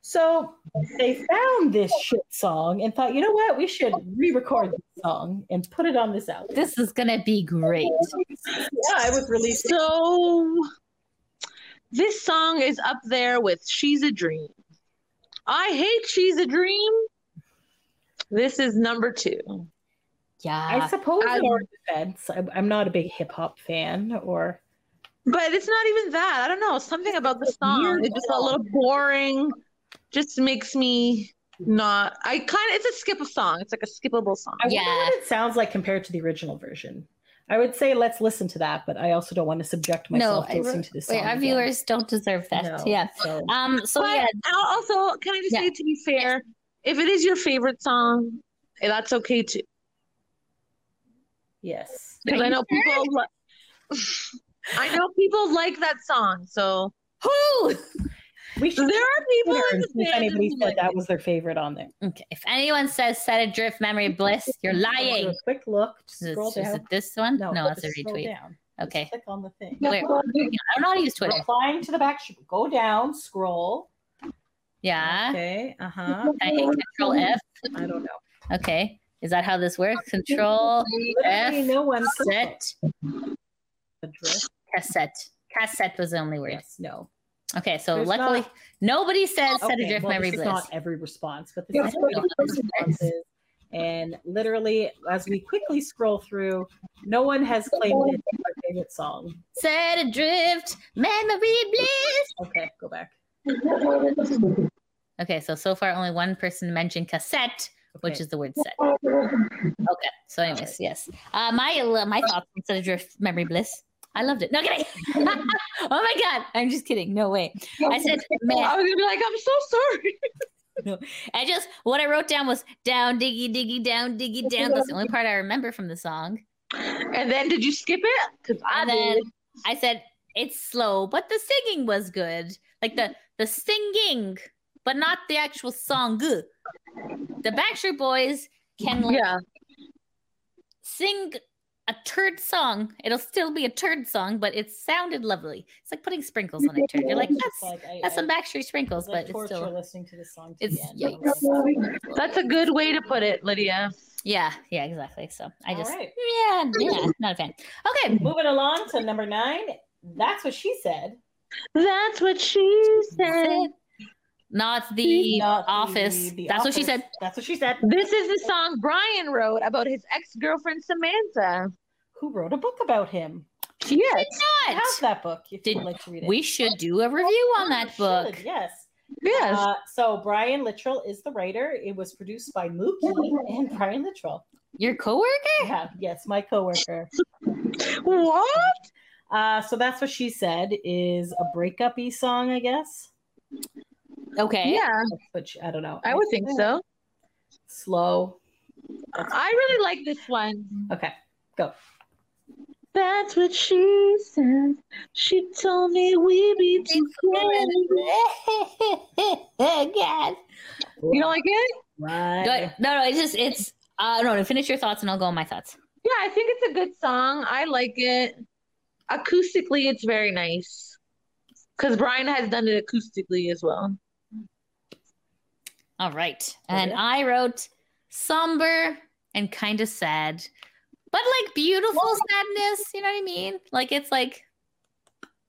S8: So they found this shit song and thought, you know what, we should re-record this song and put it on this album.
S10: This is gonna be great.
S8: Yeah, it was released.
S11: So This song is up there with She's a Dream. I hate She's a Dream. This is number two.
S8: I
S10: Yeah.
S8: suppose
S11: I-
S8: in our defense, I'm, I'm not a big hip hop fan or
S11: But it's not even that. I don't know. Something about the song.
S8: weird
S11: It's just a little boring. Just makes me not. I kind of. It's a skip a song. It's like a skippable song.
S8: I wonder
S10: Yeah.
S8: what it sounds like compared to the original version. I would say let's listen to that, but I also don't want to subject
S10: No,
S8: myself
S10: I
S8: to listening
S10: re-
S8: to this.
S10: wait,
S8: song
S10: our
S8: again.
S10: viewers don't deserve that.
S8: No,
S10: Yeah.
S8: so-
S10: Um. So
S11: but
S10: yeah.
S11: al- also, can I just
S10: Yeah.
S11: say to be fair, if it is your favorite song, eh, that's okay too.
S8: yes.
S11: Because I know people. Li- <sighs> I know people like that song. So
S10: Who?
S8: We
S11: there
S8: should
S11: are people
S8: Twitter
S11: in
S8: and
S11: the
S8: see if
S11: fandom
S8: anybody
S11: who
S8: said
S11: like
S8: that
S11: it.
S8: was their favorite on there.
S10: Okay. If anyone says "Set Adrift, Memory Bliss," you're
S8: Do a
S10: lying.
S8: quick look. Just
S10: Is,
S8: scroll
S10: is it
S8: down.
S10: this one? No,
S8: just
S10: that's a
S8: scroll
S10: retweet.
S8: down.
S10: Okay.
S8: Click on the thing.
S10: Where? I don't know how to use Twitter.
S8: Replying to the back. sh- Go down. Scroll.
S10: Yeah.
S8: Okay.
S10: <laughs>
S8: Uh huh.
S10: I hate Control F.
S8: I don't know.
S10: Okay. Is that how this works? Control
S8: Literally
S10: F
S8: no one.
S10: set
S8: The drift.
S10: cassette. Cassette was the only word.
S8: Yes. No.
S10: Okay, so
S8: There's
S10: luckily
S8: not-
S10: nobody says set
S8: Okay,
S10: adrift
S8: well,
S10: memory
S8: this is
S10: bliss.
S8: not every response, but this
S10: Yeah,
S8: is
S10: I
S8: what
S10: know.
S8: the response is. And literally, as we quickly scroll through, no one has claimed it as their favorite song.
S10: Set adrift memory bliss.
S8: Okay, go back.
S10: Okay, so so far only one person mentioned cassette, which
S8: Okay.
S10: is the word set. Okay, so anyways, yes. Uh, my uh, my thoughts on set adrift memory bliss. I loved it. No kidding. <laughs> oh my god, I'm just kidding. No way. I said man.
S11: I was gonna be like, I'm so sorry.
S10: I just what I wrote down was down diggy diggy down diggy down. That's the only part I remember from the song.
S11: And then did you skip it? Because I
S10: And then
S11: did.
S10: I said it's slow, but the singing was good. Like the the singing, but not the actual song. The Backstreet Boys can like,
S11: Yeah.
S10: sing a turd song. It'll still be a turd song, but it sounded lovely. It's like putting sprinkles on a turd. You're like
S8: It's just
S10: that's
S8: I-
S10: that's
S8: I-
S10: some Backstreet sprinkles,
S8: it's like
S10: but it's
S8: torture
S10: still
S8: listening to the song. To
S10: it's
S8: the end.
S10: yeah.
S11: That's a good way to put it, Lydia.
S10: yeah yeah exactly. So I
S8: All
S10: just
S8: right.
S10: yeah yeah not a fan. Okay.
S8: Moving along to number nine. That's what she said.
S11: That's what she said.
S10: Not the
S8: Not the-
S10: office.
S8: the
S10: That's what she
S8: office.
S10: said.
S8: That's what she said.
S11: This is the song Brian wrote about his ex girlfriend Samantha.
S8: Who wrote a book about him?
S11: Yes.
S8: I have
S10: What?
S8: that book if
S10: Did-
S8: you'd like to read it.
S10: We should do a review on
S8: We
S10: that
S8: should,
S10: book.
S8: Yes.
S11: Yes.
S8: Uh, so Brian Littrell is the writer. It was produced by
S10: <laughs>
S8: Mookie and Brian Littrell.
S10: Your coworker?
S8: Yeah, yes, my coworker.
S11: what?
S8: Uh, so that's what she said is a breakup y song, I guess.
S10: Okay. <laughs>
S11: Yeah,
S8: But she, I don't know.
S11: I would think so.
S8: Slow.
S11: I really like this one.
S8: Okay.
S11: That's what she said. She told me we'd be together.
S10: God.
S11: You don't like it?
S10: No,
S8: Right.
S10: no, no, it's just it's uh no, no, finish your thoughts and I'll go on my thoughts.
S11: Yeah, I think it's a good song. I like it. Acoustically, it's very nice. Because Brian has done it acoustically as well.
S10: All right. And I wrote somber and kind of sad, but like beautiful sadness, you know what I mean? Like it's like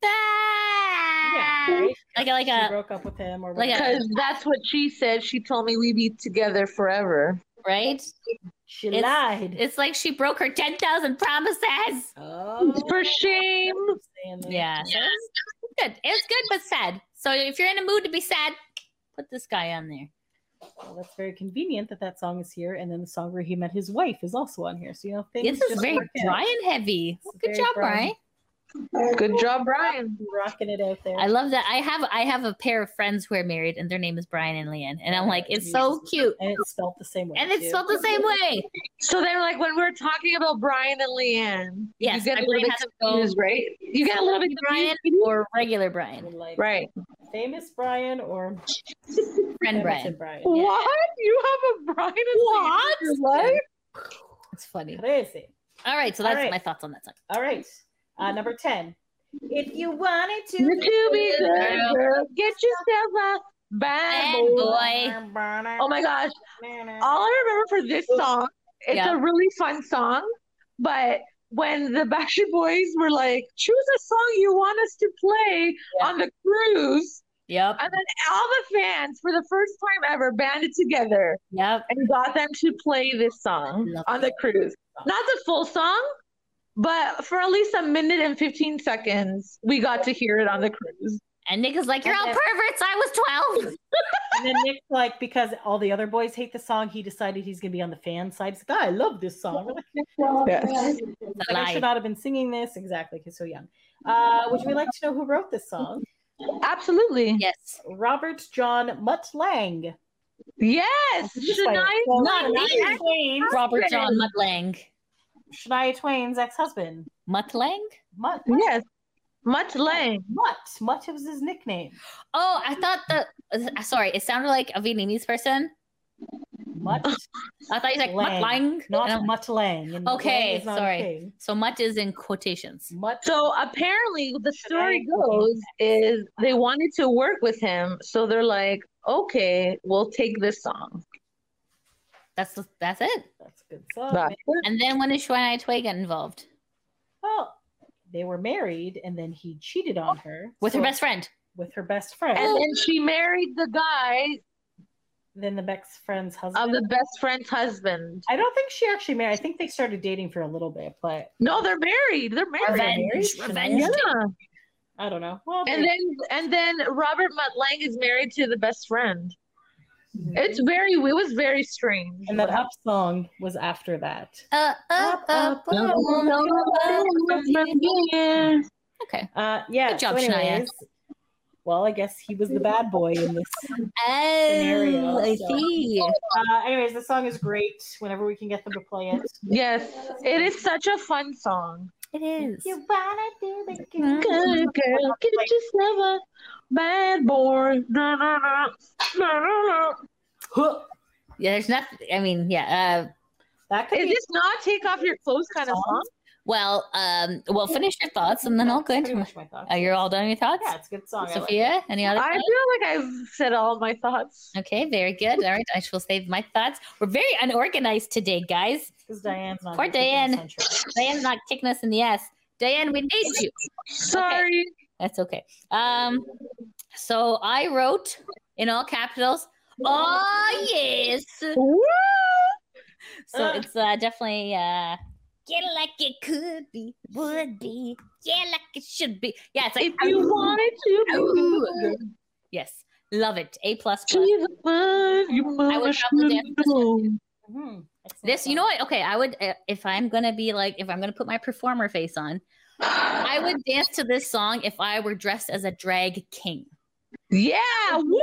S10: ah!
S8: Yeah, right?
S10: like a like
S8: She
S10: a
S8: broke up with him or
S10: like
S8: whatever.
S10: a-
S11: Because that's what she said. She told me we'd be together forever.
S10: right?
S8: she
S10: it's-
S8: lied.
S10: It's like she broke her ten thousand promises.
S8: Oh,
S11: For shame.
S8: saying that.
S10: Yeah. So it was- it was good. It was good, but sad. So if you're in a mood to be sad, put this guy on there.
S8: Well, that's very convenient that that song is here, and then the song where he met his wife is also on here. So you know, things
S10: This is
S8: just
S10: very
S8: work out.
S10: Brian heavy.
S8: It's
S10: Good
S8: very
S10: job, Brian.
S8: Brian.
S11: Good job, Brian.
S8: rocking it out there.
S10: I love that. I have I have a pair of friends who are married, and their name is Brian and Leanne, and I'm like, it's so cute,
S8: and it's spelled the same way.
S10: and it's
S8: too.
S10: spelled the same way.
S11: So then, like when we're talking about Brian and Leanne,
S10: Yes,
S11: you get
S10: my
S11: a little
S10: brain
S11: bit
S10: has to go-
S11: confused, right? You get a little bit
S10: Brian
S11: confused, maybe?
S10: or regular Brian,
S8: Like
S11: right?
S8: famous Brian or
S10: friend
S8: Hamilton
S10: Brian.
S8: Brian.
S11: What? You have a Brian and
S10: What?
S11: Leanne in your life?
S10: It's funny.
S8: Crazy.
S10: All right, so that's
S8: All right.
S10: my thoughts on that song.
S8: All right. Uh, number 10. If you wanted to.
S11: You're too big,
S10: Girl.
S11: girl. Get yourself a bad
S10: Bad
S11: boy.
S10: boy.
S11: Oh my gosh! All I remember for this song, it's
S10: Yeah.
S11: a really fun song, but when the Backstreet Boys were like, choose a song you want us to play
S10: Yeah.
S11: on the cruise.
S10: Yep.
S11: And then all the fans, for the first time ever, banded together
S10: Yep.
S11: and got them to play this song
S10: Love
S11: on the cruise. Not the full song, but for at least a minute and 15 seconds, we got to hear it on the cruise.
S10: And Nick is like, You're all
S11: And
S10: perverts. I was
S8: <laughs>
S10: 12.
S8: And then Nick's like, because all the other boys hate the song, he decided he's going to be on the fan side. He's like, "Ah, I love this song. We're like,
S11: Yes.
S10: It's a
S8: I should
S10: lie.
S8: not have been singing this. Exactly, because so young. Uh, would we like to know who wrote this song?
S11: Absolutely.
S10: Yes.
S8: Robert John Mutt Lang.
S11: Yes.
S8: This way.
S11: Shania
S8: Well,
S10: not
S11: Twain.
S10: me.
S8: Shania Twain.
S10: Robert John Mutlang.
S8: Shania Twain's ex-husband.
S10: Mutlang?
S8: Mutt.
S11: Yes. Much Lang.
S8: Mutt. Mutt was his nickname.
S10: Oh, I thought the uh, sorry, it sounded like a Vietnamese person. <laughs>
S8: Mutt.
S10: I thought he's like
S8: Lang.
S10: Mutlang.
S8: Not
S10: And I'm-
S8: Mutt Lang. and
S10: Okay,
S8: Lang is not a
S10: sorry.
S8: thing.
S10: So Mut is in quotations.
S8: Mutt.
S11: So apparently, the story
S8: I-
S11: goes is they wanted to work with him, so they're like, "Okay, we'll take this song."
S10: That's the- that's it.
S8: That's a good song.
S11: That's
S8: man.
S11: it.
S10: And then when did Shania Twain get involved
S8: Well, they were married, and then he cheated on her
S10: with her
S8: so-
S10: best friend?
S8: with her best friend.
S11: And then she married the guy
S8: then the best friend's
S11: of
S8: husband.
S11: the best friend's husband.
S8: I don't think she actually married. I think they started dating for a little bit, but
S11: No, they're married. They're married.
S10: Revenge,
S8: Shania?
S10: revenge.
S11: Yeah.
S8: I don't know. Well,
S11: And then and then Robert Mutlang is married to the best friend. It's very it was very strange.
S8: and that up song was after that.
S10: Uh, up, up, up, up.
S11: Yeah.
S10: Okay.
S8: Uh, yeah.
S10: Good job,
S8: so
S10: Shania.
S8: anyways, Well, I guess he was the bad boy in this.
S10: Oh, I
S8: so-
S10: see.
S8: Uh, anyways, the song is great. Whenever we can get them to play it,
S11: Yes. It is such a fun song.
S10: It is.
S8: you wanna do the
S10: Mm.
S8: good.
S11: Good girl, get yourself a bad boy. Na, na, na, na, na, na.
S8: Huh.
S10: Yeah, there's nothing. I mean, yeah. Uh,
S8: That could
S11: Is
S8: be
S11: this not take off your clothes kind of song?
S10: well, um, well, finish your thoughts, and then I'll go
S8: pretty
S10: into.
S8: much my thoughts.
S10: Are you all done with your thoughts?
S8: Yeah, it's a good song. I like it.
S10: Sophia, any other?
S11: I
S10: thoughts?
S11: feel like I've said all my thoughts.
S10: Okay, very good. All right, I shall save my thoughts. We're very unorganized today, guys.
S8: Because Diane's not.
S10: Poor
S8: here keeping
S10: Diane.
S8: us on track.
S10: Diane's not kicking us in the ass. Diane, we need you.
S11: Sorry.
S10: That's okay. Um, so I wrote in all capitals. Oh yes.
S11: Woo!
S10: So
S8: Ah.
S10: it's uh, definitely uh, get it like it could be, would be, yeah, like it should be. Yeah, it's like
S11: If you wanted to
S10: Ooh. yes, love it. A plus
S11: be
S10: plus.
S11: the one you
S10: I would
S11: must
S10: probably dance this
S11: know.
S8: Mhm. Excellent
S10: This, you
S8: song.
S10: know what? Okay, I would uh, if I'm gonna be like if I'm gonna put my performer face on, I would dance to this song if I were dressed as a drag king.
S11: Yeah, woo!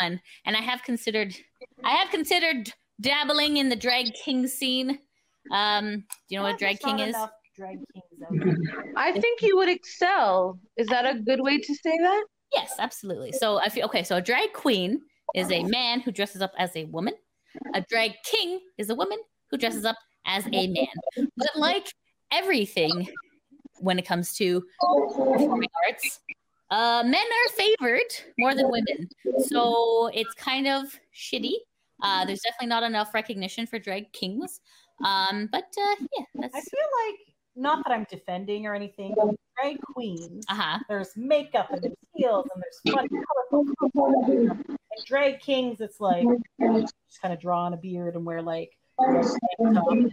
S10: One, and I have considered, I have considered dabbling in the drag king scene. Um, do you know what a
S8: There's
S10: drag king
S8: not
S10: is?
S8: enough Drag kings out there.
S11: I think you would excel. Is that a good way to say that?
S10: Yes, absolutely. So I feel okay. So a drag queen is a man who dresses up as a woman. A drag king is a woman who dresses up as a man. But like everything, when it comes to performing arts, uh, men are favored more than women. So it's kind of shitty. Uh, there's definitely not enough recognition for drag kings. Um, but uh, yeah,
S8: I
S10: that's
S8: feel like not that I'm defending or anything, but drag queens.
S10: uh huh.
S8: There's makeup and there's heels and there's fun, colorful. clothes. And drag kings, it's like you know, just kind of draw on a beard and wear like. you know, tank top.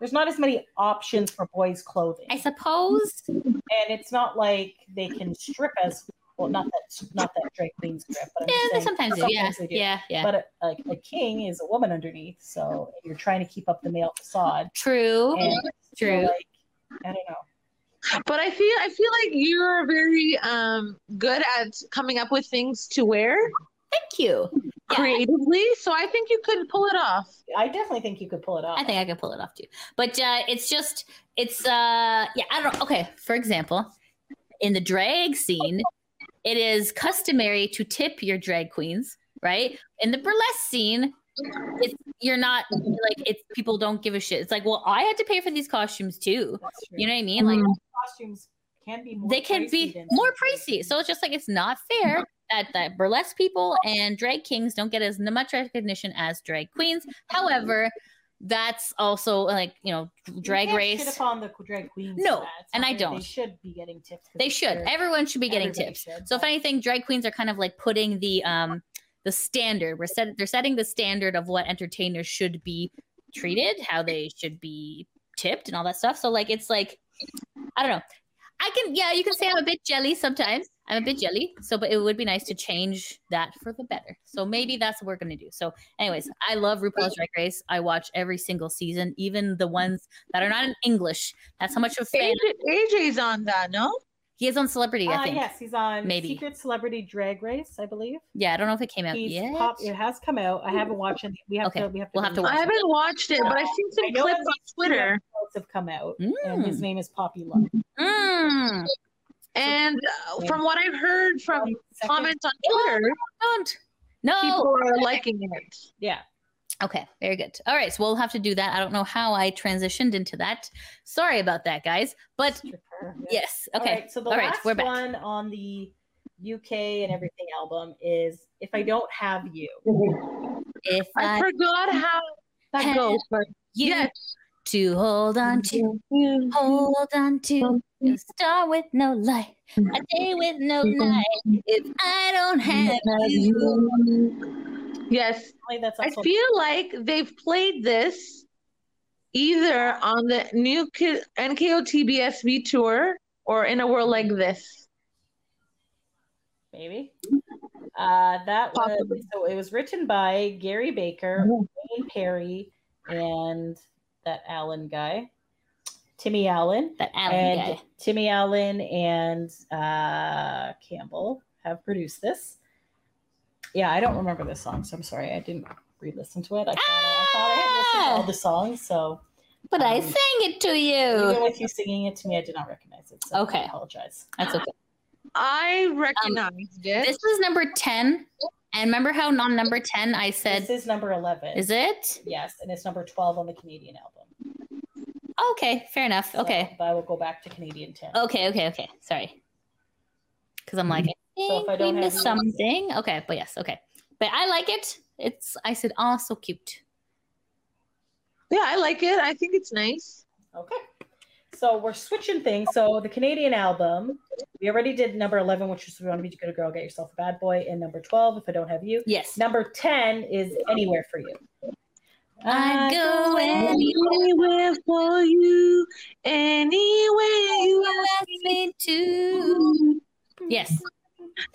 S8: There's not as many options for boys' clothing,
S10: I suppose
S8: and it's not like they can strip as well. Not that, not that drag queens strip, but I'm
S10: yeah,
S8: just
S10: they
S8: saying,
S10: sometimes do. Yeah,
S8: sometimes they do.
S10: yeah, yeah.
S8: But a, like a king is a woman underneath, so you're trying to keep up the male facade.
S10: True.
S8: And so,
S10: True.
S8: like, I don't know.
S11: But I feel I feel like you're very um good at coming up with things to wear
S10: Thank you. Yeah, I-
S11: creatively. So I think you could pull it off.
S8: I definitely think you could pull it off.
S10: I think I can pull it off too. But uh, it's just, it's, uh, yeah, I don't know. Okay, for example, in the drag scene, it is customary to tip your drag queens, right? In the burlesque scene, it's you're not like it's people don't give a shit. It's like, well, I had to pay for these costumes too.
S8: That's true.
S10: You know what I mean? Like
S11: Mm-hmm.
S8: costumes can be more
S10: they can
S8: pricey
S10: be
S8: than
S10: more
S8: something.
S10: pricey. So it's just like it's not fair
S8: Mm-hmm.
S10: that that
S8: Mm-hmm.
S10: burlesque people and drag kings don't get as much recognition as drag queens. However, that's also like you know drag
S8: You can't
S10: race.
S8: shit upon the drag queens.
S10: No,
S8: for that. It's
S10: and I
S8: something
S10: don't.
S8: They should be getting tips. 'cause
S10: They
S8: I'm
S10: should.
S8: sure
S10: Everyone should be getting
S8: everybody
S10: tips.
S8: should,
S10: So if
S8: but-
S10: anything, drag queens are kind of like putting the um the standard. We're set they're setting the standard of what entertainers should be treated, how they should be tipped and all that stuff. So like it's like I don't know. I can yeah, you can say I'm a bit jelly sometimes. I'm a bit jelly. So but it would be nice to change that for the better. So maybe that's what we're gonna do. So anyways, I love RuPaul's Drag Race. I watch every single season, even the ones that are not in English. That's how much of a fan
S11: AJ, AJ's on that, no?
S10: he is on celebrity, I
S8: Uh,
S10: think.
S8: yes, he's on
S10: Maybe.
S8: Secret Celebrity Drag Race, I believe.
S10: Yeah, I don't know if it came out
S8: He's
S10: yet.
S8: pop, it has come out. I haven't watched it. We have
S10: Okay,
S8: to. We have to.
S10: we'll have to
S8: do-
S10: watch
S11: I haven't watched it, but I've seen
S8: I
S11: some
S8: know
S11: clips
S8: at
S11: on
S8: least two
S11: Twitter.
S8: episodes have come out. And his
S10: Mm.
S8: name is Poppy Love.
S10: Mm.
S11: And uh, from what I've heard from
S8: Second-
S11: comments on Twitter,
S10: Don't. No.
S11: people are liking it.
S8: Yeah.
S10: okay, very good. All right, so we'll have to do that. I don't know how I transitioned into that. Sorry about that, guys. But
S8: stripper, yeah.
S10: yes,
S8: All
S10: okay.
S8: right, so the
S10: All right,
S8: last
S10: we're back.
S8: one on the UK and everything album is "If I Don't Have You."
S10: If
S11: I
S10: I
S11: forgot how that
S10: had
S11: goes, but
S10: you
S11: yes.
S10: to hold on to,
S11: Yeah.
S10: hold on to a star with no light, a day with no night. If I don't have you,
S11: Yes,
S8: Only That's
S11: I
S8: also
S11: feel like they've played this either on the new K- NKOTBSB tour or in a world like this.
S8: maybe. Uh, that was
S11: Possibly.
S8: so. It was written by Gary Baker,
S11: Mhm.
S8: Wayne Perry, and that Allen guy, Timmy Allen,
S10: that Alan
S8: and
S10: guy.
S8: Timmy Allen and uh, Campbell have produced this. Yeah, I don't remember this song, so I'm sorry I didn't re-listen to it. I thought I, I, thought I had listened to all the
S10: Ah!
S8: songs, so
S10: But I
S8: um,
S10: sang it to
S8: even
S10: you.
S8: with you singing it to me, I did not recognize it. So
S10: Okay.
S8: I apologize.
S10: That's okay.
S11: I recognized it.
S10: This was number 10. And remember how on number 10 I
S8: This
S10: said,
S8: is number eleven.
S10: is it?
S8: Yes, and it's number 12 on the Canadian album.
S10: Okay, fair enough.
S8: So,
S10: Okay. Oh.
S8: But I will go back to Canadian 10.
S10: Okay, okay, okay. Sorry. Because I'm like, I
S8: Mm-hmm. So if
S10: think
S8: I
S10: we
S8: don't have
S10: missed
S8: you-
S10: something. Okay, but yes, okay. But I like it. It's, I said, oh, so cute.
S11: yeah, I like it. I think it's nice.
S8: Okay. So we're switching things. So the Canadian album, we already did number 11, which is We Want to Be a Good Girl, Get Yourself a Bad Boy, and number 12, If I Don't Have You.
S10: Yes.
S8: Number 10 is Anywhere for You. Uh,
S10: I'd go anywhere
S11: Anywhere for you, anywhere you
S10: you ask me to.
S11: are.
S10: Yes.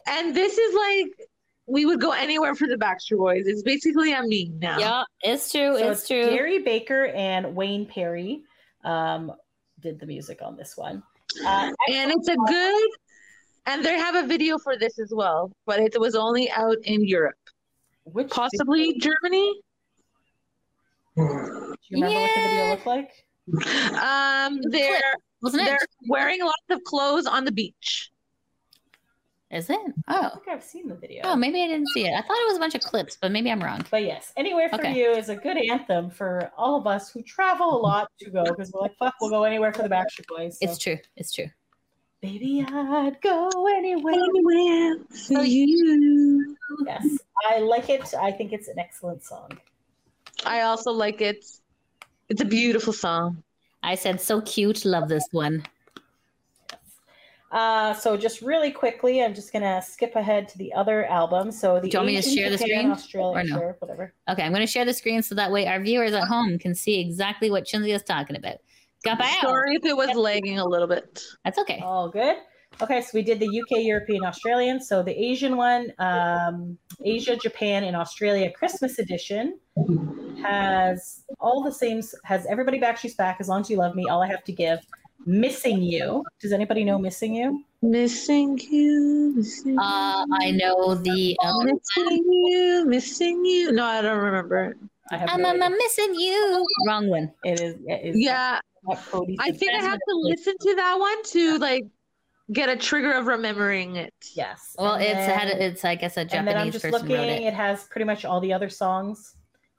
S11: And this is like we would go anywhere for the Backstreet Boys. It's basically a meme now.
S10: Yeah, it's true.
S8: So
S10: it's true.
S8: Gary Baker and Wayne Perry um, did the music on this one. Uh,
S11: and it's a good and they have a video for this as well but it was only out in europe
S8: which
S11: possibly germany
S8: Do you remember what the video
S10: Yeah.
S8: looked like?
S11: um they're
S10: Wasn't it?
S11: they're wearing lots of clothes on the beach
S10: Is it?
S8: I
S10: Oh.
S8: think I've seen the video.
S10: Oh, maybe I didn't see it. I thought it was a bunch of clips, but maybe I'm wrong.
S8: But yes, Anywhere for
S10: Okay.
S8: You is a good anthem for all of us who travel a lot to go because we're like, fuck, we'll go anywhere for the Backstreet Boys. So,
S10: It's true. It's true.
S8: Baby, I'd go anywhere.
S11: anywhere
S10: Oh,
S11: for you
S8: Yes, I like it. I think it's an excellent song.
S11: i also like it it's a beautiful song
S10: I said, so cute. Love this one.
S8: Uh, so just really quickly, I'm just gonna skip ahead to the other album. So the
S10: Do you want me to
S8: Asian
S10: share the
S8: Japan,
S10: screen
S8: Australia,
S10: or no?
S8: sure, whatever.
S10: Okay, I'm going to share the screen so that way our viewers at home can see exactly what Chinzia is talking about. Gabael.
S11: sorry if it was lagging a little bit
S10: That's okay.
S8: All good. Okay, so we did the UK, European, Australian. So the Asian one, um, Asia, Japan, and Australia Christmas edition has all the same. Has everybody back? She's back. As long as you love me, all I have to give. Missing you. Does anybody know missing you?
S11: missing you missing you,
S10: Uh, I know the.
S11: Oh,
S10: Um,
S11: missing you missing you no i don't remember
S8: I have.
S10: I'm,
S8: no
S10: I'm,
S8: idea.
S10: I'm missing you. Wrong one.
S8: It is. It is
S11: yeah
S8: not Cody's-
S11: I think I
S10: That's
S11: have to
S10: what it is.
S11: listen to that one to like get a trigger of remembering it.
S8: Yes.
S10: Well,
S8: And
S10: it's had
S8: then-
S10: it's I guess a
S8: and then I'm
S10: Japanese
S8: just
S10: person
S8: looking.
S10: wrote
S8: It.
S10: it.
S8: has pretty much all the other songs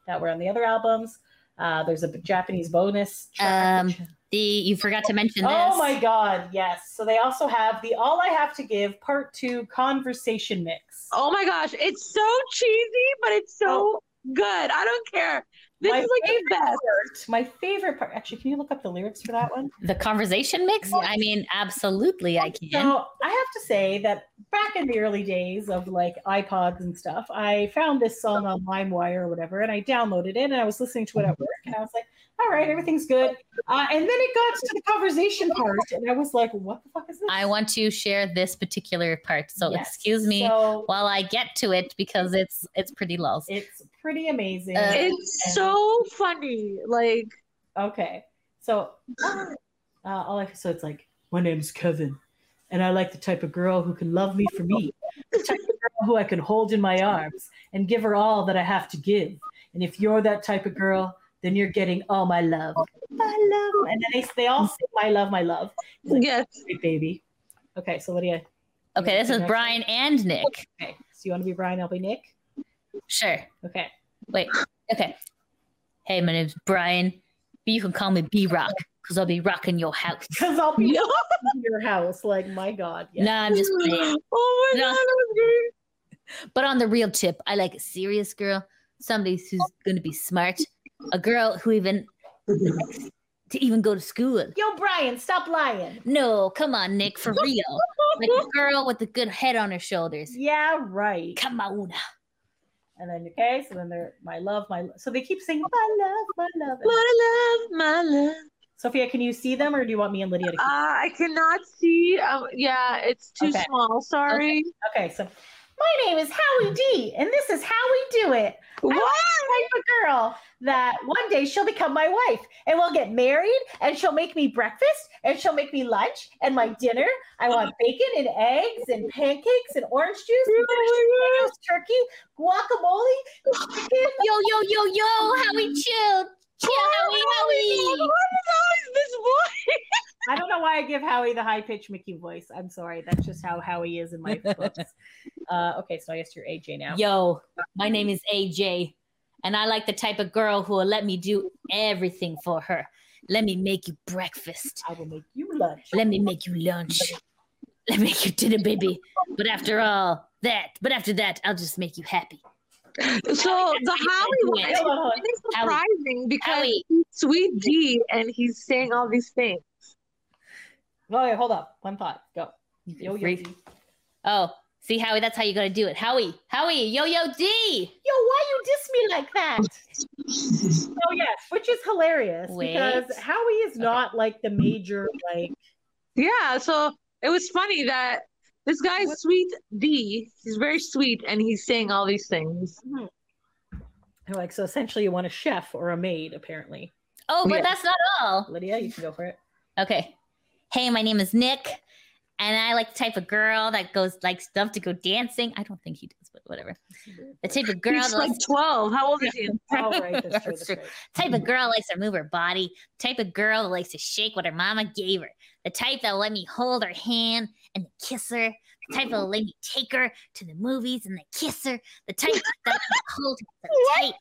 S8: that were on the other albums. Uh, there's a Japanese bonus track.
S10: Um,
S8: which-
S10: The you forgot to mention this.
S8: Oh my god, yes. So they also have the All I Have to Give Part 2 Conversation Mix.
S10: Oh,
S11: Oh my gosh, it's so cheesy, but it's so good. I don't care. This
S8: My
S11: is like the best.
S8: Part- My favorite part. Actually, can you look up the lyrics for that one?
S10: The conversation mix? I mean, absolutely, I can.
S8: So I have to say that back in the early days of like iPods and stuff, I found this song on LimeWire or whatever, and I downloaded it and I was listening to it at work, and I was like, "All right, everything's good." Uh, and then it got to the conversation part, and I was like, "What the fuck is this?"
S10: I want to share this particular part. So
S8: Yes.
S10: excuse me
S8: So
S10: while I get to it because it's it's pretty low.
S8: it's pretty amazing.
S10: Uh,
S11: It's so funny. <gasps> Like
S8: Okay. So, uh, all I, so it's like, my name's Kevin, and I like the type of girl who can love me for me, the type of girl who I can hold in my arms and give her all that I have to give. And if you're that type of girl, then you're getting all my love. My love. And then they, they all sing, my love, my love.
S11: <gasps> yes,
S8: Great baby. Okay. So, what do you,
S10: Okay, this is Brian and Nick.
S8: okay. So, you want to be Brian? I'll be Nick.
S10: Sure.
S8: Okay.
S10: Wait. Okay. Hey, my name's Brian. But you can call me B Rock because I'll be rocking your house.
S8: Because I'll be in your house. Like, my God. <laughs> Yeah.
S10: Nah, I'm just playing.
S11: oh my
S10: No.
S11: god, that was great.
S10: But on the real tip, I like a serious girl, somebody who's going to be smart, a girl who even to even go to school.
S8: Yo, Brian, stop lying.
S10: No, come on, Nick, for real. Like
S11: <laughs>
S10: a girl with a good head on her shoulders.
S8: Yeah, right.
S10: Come on.
S8: And then okay, so then they're my love, my lo-" so they keep saying my love, my love. And-
S11: My love, my love.
S8: Sophia, can you see them, or do you want me and Lydia to? Keep-
S11: Uh, I cannot see. Um, yeah, it's too
S8: Okay.
S11: small. Sorry.
S8: okay, so my name is Howie D, and this is how we do it. I'm
S11: What?
S8: the type of girl that one day she'll become my wife, and we'll get married, and she'll make me breakfast, and she'll make me lunch, and my dinner. I want bacon and eggs and pancakes and orange juice, and mashed potatoes, turkey, guacamole, chicken.
S10: Yo, yo, yo, yo, Howie, chill. Chill,
S11: Oh
S10: Howie,
S11: my God,
S10: Howie.
S11: What is this voice?
S8: I don't know why I give Howie the high pitched Mickey voice. I'm sorry. That's just how Howie is in
S10: <laughs>
S8: my books. Uh, okay, so I guess you're AJ now.
S10: Yo, my name is AJ, and I like the type of girl who will let me do everything for her. Let me make you breakfast.
S8: I will make you lunch.
S10: Let me make you lunch. Let me make you dinner, baby. But after all that, but after that, I'll just make you happy.
S11: So the Howie one
S10: Howie.
S11: is really surprising because
S10: Howie.
S11: he's Sweet D and he's saying all these things.
S8: Okay, hold up. One thought. Go. Yo, yo,
S10: freak.
S8: D.
S10: Oh, see, Howie, that's how you gotta do it. Howie, Howie, yo, yo, D.
S8: Yo, why you diss me like that? oh, yes, which is hilarious
S10: Wait.
S8: because Howie is not like the major, like,
S11: Yeah, so it was funny that this guy Sweet D. He's very sweet and he's saying all these things.
S8: like, so essentially you want a chef or a maid, apparently.
S10: Oh, but
S11: Yeah.
S10: that's not all.
S8: Lydia, you can go for
S10: <laughs>
S8: it.
S10: Okay. Hey, my name is Nick, and I like the type of girl that goes like stuff to go dancing. I don't think he does, but whatever. The type of girl,
S11: He's
S10: that
S11: like
S10: likes,
S11: twelve. How old is he?
S8: All right, that's true.
S10: That's
S8: That's
S10: true.
S8: right.
S10: type of girl likes to move her body. Type of girl that likes to shake what her mama gave her. The type that will let me hold her hand and kiss her. The type that will let me take her to the movies and then kiss her. The <laughs> type that will hold her so tight,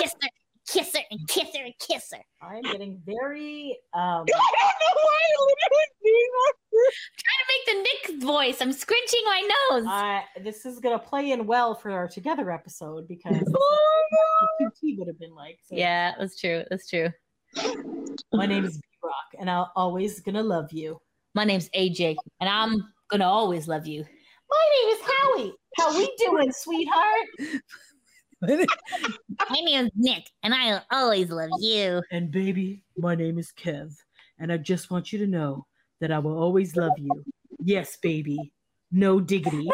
S10: kiss her, kiss her, and kiss her and kiss her.
S8: I'm getting very, um,
S11: I don't know why Lydia was being like this.
S10: Trying to make the Nick voice. I'm scrunching my nose.
S8: I, this is going to play in well for our together episode because <laughs>
S11: Oh my God.
S8: QT would have been like. So
S10: yeah, that's true. That's true.
S8: My name is B Rock, and I'm always gonna love you.
S10: My name's AJ, and I'm gonna always love you.
S8: My name is Howie. How <laughs> we doing, sweetheart?
S10: My name's Nick, and I'll always love you.
S8: <laughs> And baby, my name is Kev, and I just want you to know that I will always love you. Yes, baby. No <laughs> diggity.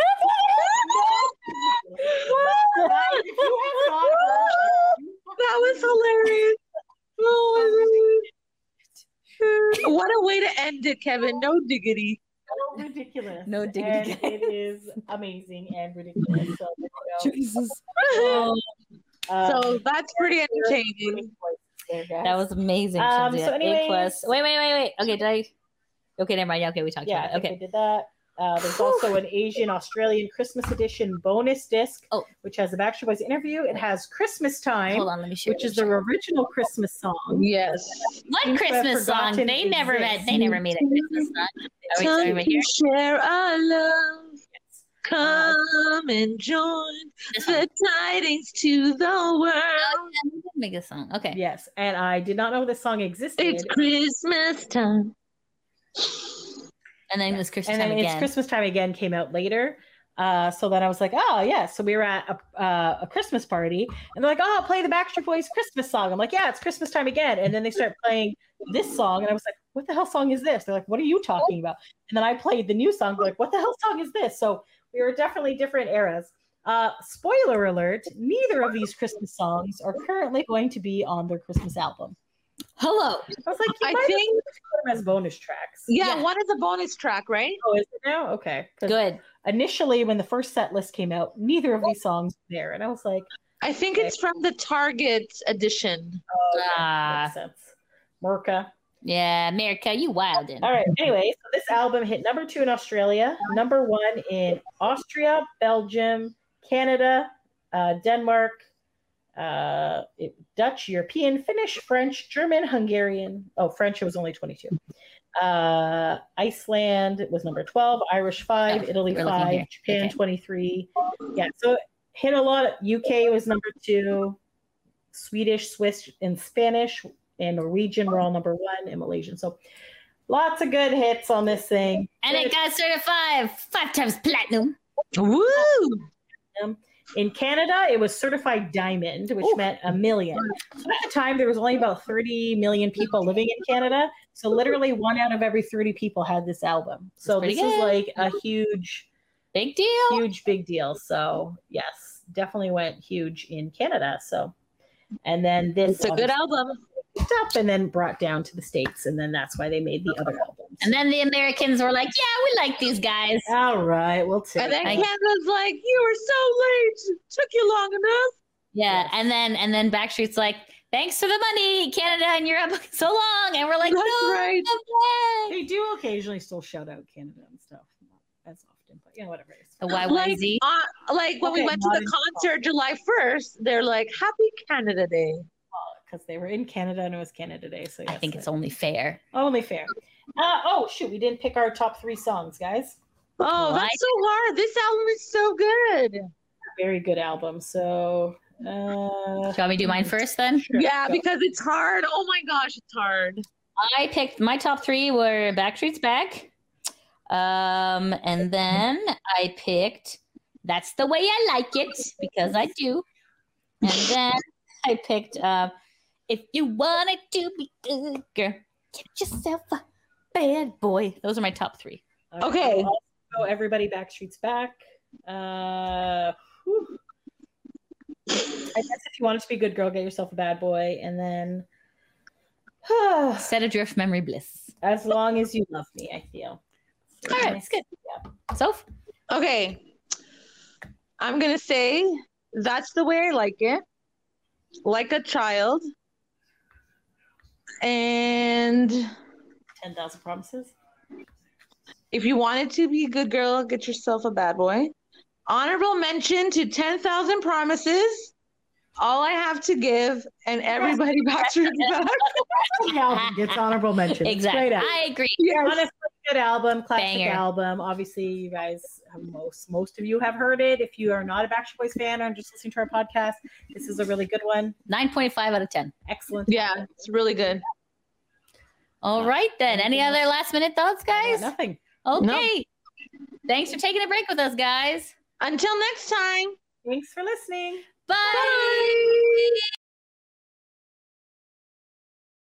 S11: That was hilarious. Oh my God. What a way to end it, Kevin. No diggity.
S8: So ridiculous.
S10: No diggity.
S8: And it is amazing and ridiculous. So, <laughs> there you
S10: Jesus. Oh,
S11: So
S8: go. Um,
S11: that's pretty entertaining.
S8: there, guys.
S10: That was amazing.
S8: Um,
S10: Shanzia.
S8: so
S10: A plus.
S8: anyways-
S10: Wait, wait, wait, wait. Okay, did I? Okay, never mind. Yeah, Okay, we talked
S8: yeah, I
S10: about it.
S8: think
S10: Okay.
S8: we did that. Uh, there's also an Asian Australian Christmas edition bonus disc,
S10: Oh.
S8: which has a Backstreet Boys interview. It has Christmas Time,
S10: Hold on, let me share.
S8: which is their original Christmas song.
S11: Yes.
S10: what
S8: seems to have
S10: Christmas song?
S8: forgotten
S10: They never met.
S8: exists.
S10: They never made a Christmas song. Are we, are
S11: Time
S10: we
S11: to
S10: here?
S11: share our love. Come and join
S10: Uh, This one.
S11: the tidings to the world.
S10: make a song. Okay.
S8: Yes, and I did not know this song existed.
S11: It's Christmas time.
S10: And then it was Christmas
S8: and then
S10: time
S8: it's
S10: again.
S8: Christmas time again came out later. Uh, so then I was like, oh yeah. So we were at a, uh, a Christmas party, and they're like, oh, play the Backstreet Boys Christmas song. I'm like, yeah, it's Christmas time again. And then they start playing this song, and I was like, what the hell song is this? They're like, what are you talking about? And then I played the new song. They're like, what the hell song is this? So we were definitely different eras. Uh, spoiler alert: neither of these Christmas songs are currently going to be on their Christmas album.
S10: Hello.
S8: I was like, you
S11: I
S8: might as
S11: think-
S8: well just put them as bonus tracks.
S11: Yeah,
S10: Yeah.
S11: one is a bonus track, right?
S8: Oh, is it now? Okay, 'Cause
S10: Good.
S8: initially when the first set list came out, neither of these songs were there, and I was like,
S11: I think it's from the Target edition.
S8: "Oh, okay,
S10: Ah.
S8: makes sense." Merca.
S10: Yeah, America, you wildin'.
S8: All right. Anyway, so this album hit number two in Australia, number one in Austria, Belgium, Canada, uh, Denmark, uh, it- Dutch, European, Finnish, French, German, Hungarian. Oh, French. It was only twenty-two. Uh, Iceland was number twelve. Irish five.
S10: Oh,
S8: Italy
S10: we're looking
S8: five.
S10: here.
S8: Japan
S10: Okay.
S8: twenty-three. Yeah. So it hit a lot. UK was number two. Swedish, Swiss, and Spanish and Norwegian were all number one, and Malaysian. So lots of good hits on this thing.
S10: And it got certified five times platinum.
S11: Woo!
S8: In Canada, it was certified diamond, which meant a million. So at the time, there was only about 30 million people living in Canada. So literally, one out of every 30 people had this album. So
S10: pretty
S8: this is
S10: good.
S8: like a huge,
S10: Big deal.
S8: huge, big deal. So yes, definitely went huge in Canada. So, and then this
S11: It's a good album.
S8: picked up and then brought down to the states, and then that's why they made the other albums.
S10: And then the Americans were like, yeah, we like these guys.
S8: All right, we'll take.
S11: And then
S10: I-
S11: Canada's like, you were so late. Took you long enough.
S10: Yeah.
S8: Yes.
S10: And then and then Backstreet's like, thanks for the money, Canada and Europe. <laughs> So long. And we're like,
S11: That's
S10: no,
S11: right.
S10: come back."
S8: They do occasionally still shout out Canada and stuff, not as often, but you know, whatever. It is.
S10: The
S11: Like,
S10: YYZ.
S11: uh, like when
S8: Okay,
S11: we went to
S8: not
S11: the
S8: in-
S11: concert July 1st, they're like, Happy Canada Day.
S8: Because they were in Canada and it was Canada Day, so yes,
S10: I think it's
S8: only,
S10: only fair.
S8: fair. Uh, oh shoot, we didn't pick our top three songs, guys.
S11: Oh,
S10: Like-
S11: that's so hard. This album is so good.
S8: Very good album. So uh,
S10: Do you want me to do mine first then?
S8: sure,
S11: yeah,
S8: go.
S11: because it's hard. Oh my gosh, it's hard.
S10: I picked my top three were Backstreet's Back. Um, and then I picked That's the Way I Like It, because I do. And then <laughs> I picked uh, If You Wanted to Be Good Girl, Get Yourself a Bad Boy. Those are my top three.
S11: Okay.
S8: we'll also go everybody Backstreet's back. Uh, whew. I guess if you wanted to be a good girl, get yourself a bad boy, and then
S10: Set Adrift Memory Bliss.
S8: <sighs> as long as you love me, I feel.
S10: All right, it's good. So,
S11: Okay. I'm going to say that's the way I like it. Like a child. And
S8: Ten thousand promises.
S11: if you wanted to be a good girl, get yourself a bad boy. Honorable mention to 10,000 promises. All I have to give, and everybody <laughs> back to back.
S8: Good album gets
S10: <laughs>
S8: honorable mention. It's
S10: exactly.
S8: Great album.
S10: I agree.
S11: Yes.
S8: Honestly, good album, classic
S10: Banger.
S8: album. Obviously, you guys have most most of you have heard it. If you are not a Backstreet Boys fan or just listening to our podcast, this is a really good one.
S10: 9.5 out of 10.
S8: Excellent.
S11: Yeah,
S8: album.
S11: it's really good.
S10: All right, then. Any
S8: Anything
S10: other last minute thoughts, guys?
S8: nothing.
S10: Okay. Thanks for taking a break with us, guys.
S11: Until next time.
S8: Thanks for listening.
S10: Bye.